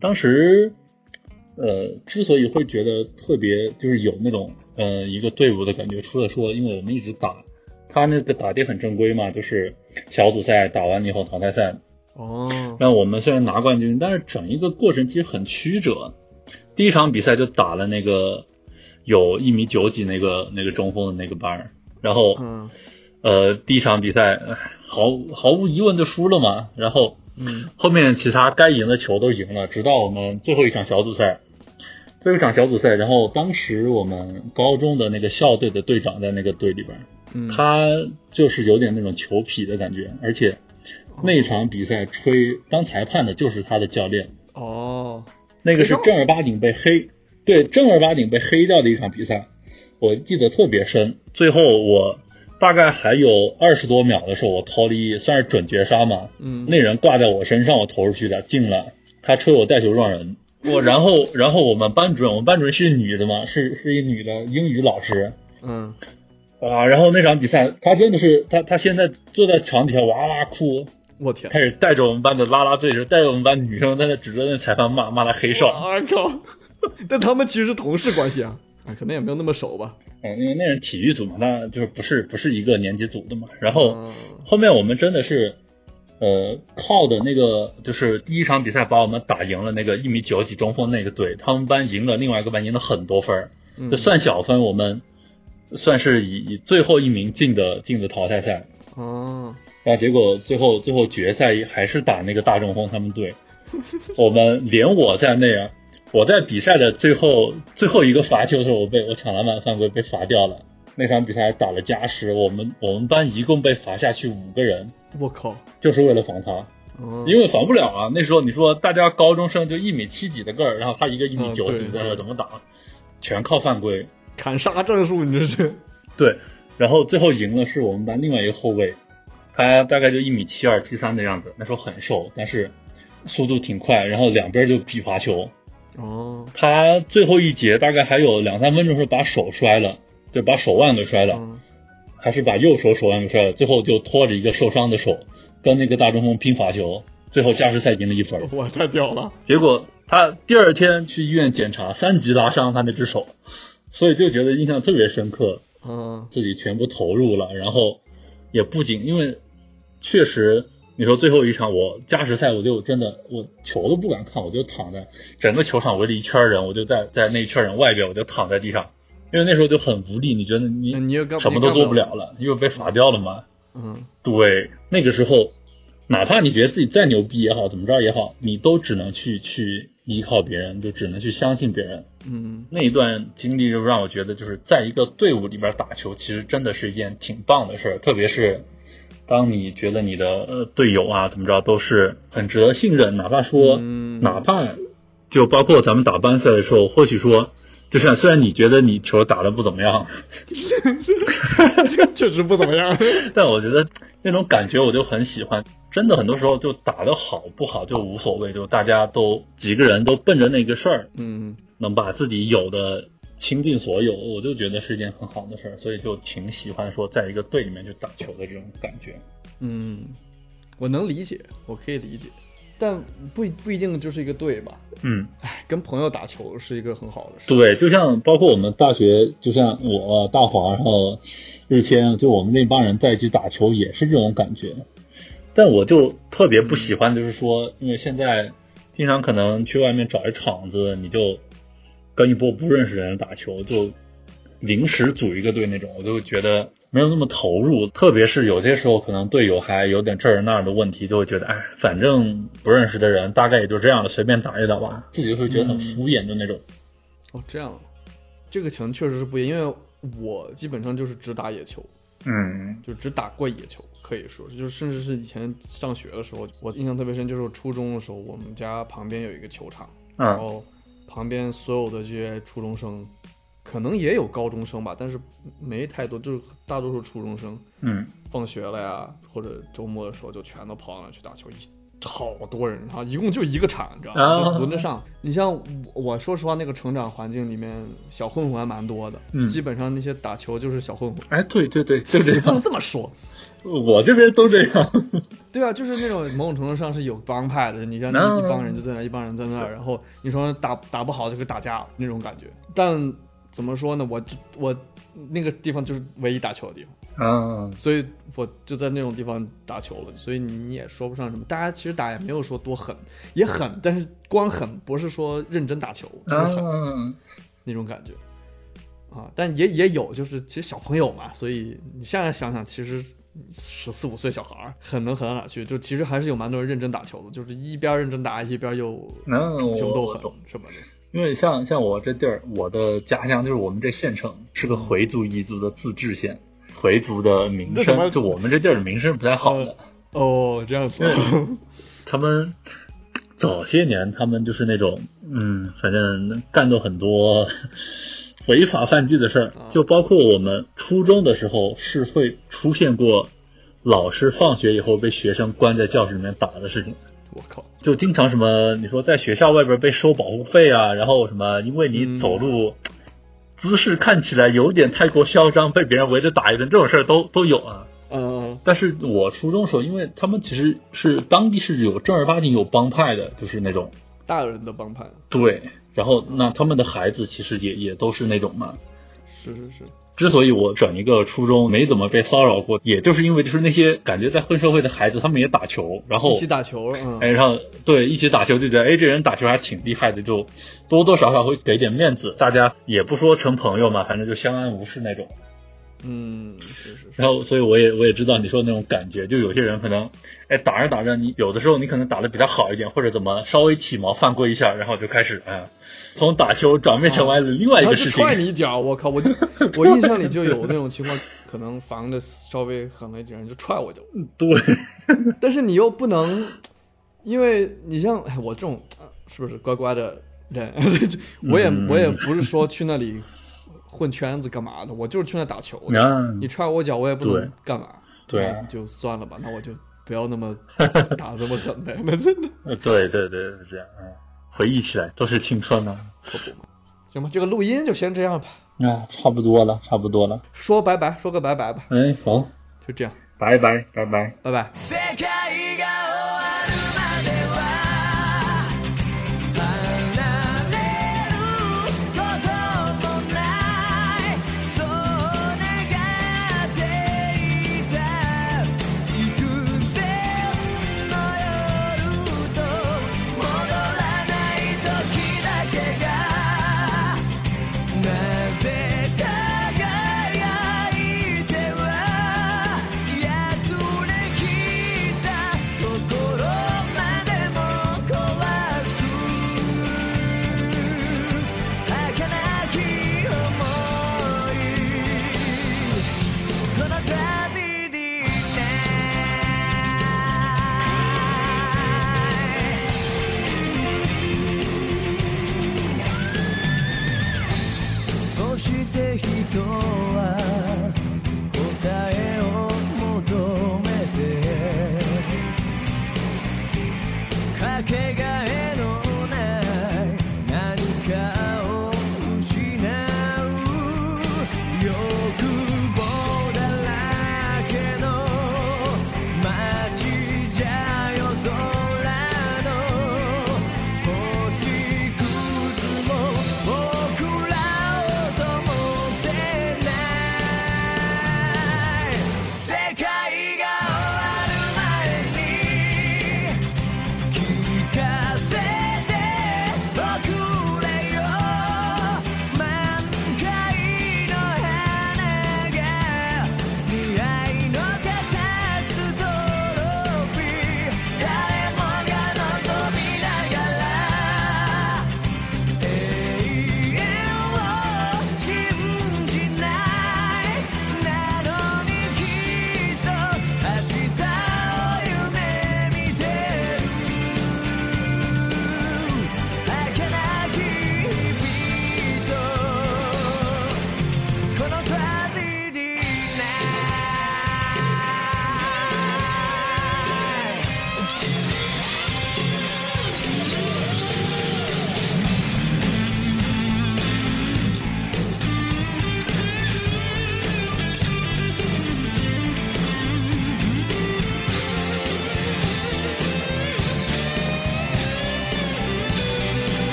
当时，呃，之所以会觉得特别，就是有那种呃一个队伍的感觉，除了说，因为我们一直打，他那个打的很正规嘛，就是小组赛打完了以后淘汰赛。哦，那我们虽然拿冠军，但是整一个过程其实很曲折。第一场比赛就打了那个有一米九几那个那个中锋的那个班儿，然后嗯呃，第一场比赛唉毫毫无疑问就输了嘛，然后嗯后面其他该赢的球都赢了，直到我们最后一场小组赛，最后一场小组赛，然后当时我们高中的那个校队的队长在那个队里边，嗯，他就是有点那种球痞的感觉，而且那场比赛吹当裁判的就是他的教练，哦，那个是正儿八经被黑，对，正儿八经被黑掉的一场比赛，我记得特别深。最后我大概还有二十多秒的时候，我投了一算是准绝杀嘛，嗯，那人挂在我身上，我投出去的，进了，他吹我带球撞人。我然后然后我们班主任，我们班主任是女的嘛，是是一女的英语老师，嗯啊，然后那场比赛，她真的是，她她现在坐在场底下哇哇哭，我天，开始带着我们班的啦啦队，就带着我们班女生在那指着那裁判骂骂他黑哨，我靠！ 但他们其实是同事关系啊，啊，可能也没有那么熟吧。嗯，因为那是体育组嘛，那就是不是不是一个年级组的嘛。然后嗯后面我们真的是，呃，靠的那个就是第一场比赛把我们打赢了那个一米九几中锋那个队，他们班赢了另外一个班赢了很多分儿，嗯就算小分我们算是以以最后一名进的进的淘汰赛。哦，然后结果最后最后决赛还是打那个大中锋他们队，我们连我在内啊，我在比赛的最后最后一个罚球的时候，我被我抢篮板犯规被罚掉了。那场比赛还打了加时，我们我们班一共被罚下去五个人， 我靠！就是为了防他，嗯因为防不了啊。那时候你说大家高中生就一米七几的个儿，然后他一个一米九嗯对几的个儿怎么打？全靠犯规。砍杀战术，你这是？对，然后最后赢了是我们班另外一个后卫，他大概就一米七二、七三的样子，那时候很瘦，但是速度挺快，然后两边就比罚球。哦，他最后一节大概还有两三分钟是把手摔了，就把手腕给摔了，嗯还是把右手手腕给摔了，最后就拖着一个受伤的手跟那个大中锋拼罚球，最后加时赛赢了一分。我太屌了！结果他第二天去医院检查，三级拉伤他那只手，所以就觉得印象特别深刻。嗯自己全部投入了，然后也不仅因为确实你说最后一场我加时赛我就真的我球都不敢看，我就躺在整个球场围了一圈人，我就在在那一圈人外边我就躺在地上，因为那时候就很无力，你觉得那你你也干什么都做不。你也干了了，因为被罚掉了嘛。嗯，对，那个时候哪怕你觉得自己再牛逼也好，怎么着也好，你都只能去去依靠别人，就只能去相信别人。嗯那一段经历就让我觉得，就是在一个队伍里边打球，其实真的是一件挺棒的事儿。特别是当你觉得你的呃队友啊怎么着都是很值得信任，哪怕说，嗯 哪怕就包括咱们打班赛的时候，或许说就是虽然你觉得你球打的不怎么样，确实不怎么 样。但我觉得那种感觉我就很喜欢。真的很多时候就打得好不好就无所谓，就大家都几个人都奔着那个事儿，嗯，能把自己有的倾尽所有，我就觉得是一件很好的事儿，所以就挺喜欢说在一个队里面去打球的这种感觉。嗯，我能理解，我可以理解，但不不一定就是一个队吧。嗯，哎，跟朋友打球是一个很好的事。对，就像包括我们大学，就像我大华，然后日天，就我们那帮人在一起打球也是这种感觉。但我就特别不喜欢，就是说，因为现在经常可能去外面找一场子，你就跟一波不认识的人打球，就临时组一个队那种，我就觉得没有那么投入。特别是有些时候，可能队友还有点这儿那儿的问题，就会觉得，哎，反正不认识的人大概也就这样了，随便打一打吧，自己就会觉得很敷衍，就那种。哦，这样，这个情确实是不一样，因为我基本上就是只打野球，嗯就只打过野球，可以说就是甚至是以前上学的时候，我印象特别深，就是我初中的时候，我们家旁边有一个球场，然嗯后旁边所有的这些初中生，可能也有高中生吧，但是没太多，就是大多数初中生嗯放学了呀，或者周末的时候就全都跑那去打球，一好多人啊，一共就一个场，你知道吗？啊就轮着上。你像我，我说实话，那个成长环境里面小混混还蛮多的，嗯基本上那些打球就是小混混，哎，对对对，就这不样，能这么说。我这边都这样。对啊，就是那种某种程度上是有帮派的，你像嗯一帮人就在那，一帮人在那，然后你说打打不好就跟打架了那种感觉。但怎么说呢，我就我那个地方就是唯一打球的地方，啊，所以我就在那种地方打球了。所以你也说不上什么，大家其实打也没有说多狠，也狠，但是光狠不是说认真打球，就是狠、 嗯，那种感觉。啊，但也也有，就是其实小朋友嘛，所以你现在想想，其实十四五岁小孩儿很能狠到哪去？就其实还是有蛮多人认真打球的，就是一边认真打，一边又那我逞凶斗我狠懂什么的。因为像像我这地儿，我的家乡就是我们这县城是个回族彝族的自治县，回族的名这怎么声就我们这地儿的名声不太好的，哦，这样子，他们早些年他们就是那种嗯，反正干过很多违法犯纪的事儿，就包括我们初中的时候是会出现过老师放学以后被学生关在教室里面打的事情。 我靠，就经常什么，你说在学校外边被收保护费啊，然后什么，因为你走路、姿势看起来有点太过嚣张，被别人围着打一顿，这种事儿都都有啊。嗯，但是我初中时候，因为他们其实是当地是有正儿八经有帮派的，就是那种大人的帮派，对，然后那他们的孩子其实也也都是那种嘛，是是是，之所以我整一个初中没怎么被骚扰过，也就是因为就是那些感觉在混社会的孩子，他们也打球，然后一起打球，嗯，哎，然后对一起打球就觉得，哎，这人打球还挺厉害的，就多多少少会给点面子，大家也不说成朋友嘛，反正就相安无事那种。嗯，是是是然，后，所以我也我也知道你说的那种感觉，就有些人可能，哎，打着打着，你有的时候你可能打得比他好一点，或者怎么稍微体毛犯规一下，然后就开始啊、哎从打球转变成为了另外一然后个就事情。踹你一脚，我靠，我就我印象里就有那种情况，可能防的稍微狠了一点，就踹我一脚。对， 但是你又不能，因为你像哎我这种呃是不是乖乖的人， 我也嗯我也不是说去那里混圈子干嘛的，我就是去那打球的。啊你踹我脚，我也不对能干嘛。对那就算了吧，那我就不要那 么打得那么狠呗，那真的呃对对对，是这样。嗯，回忆起来都是青春呢、可不嘛。行吧，这个录音就先这样吧，啊。啊，差不多了，差不多了。说拜拜，说个拜拜吧，哎，好，就这样，拜拜，拜拜。拜拜。世界が終わるまでは離れることもないそう願っていた幾千の夜と戻らない時だけがなぜ輝いてはやつれきたと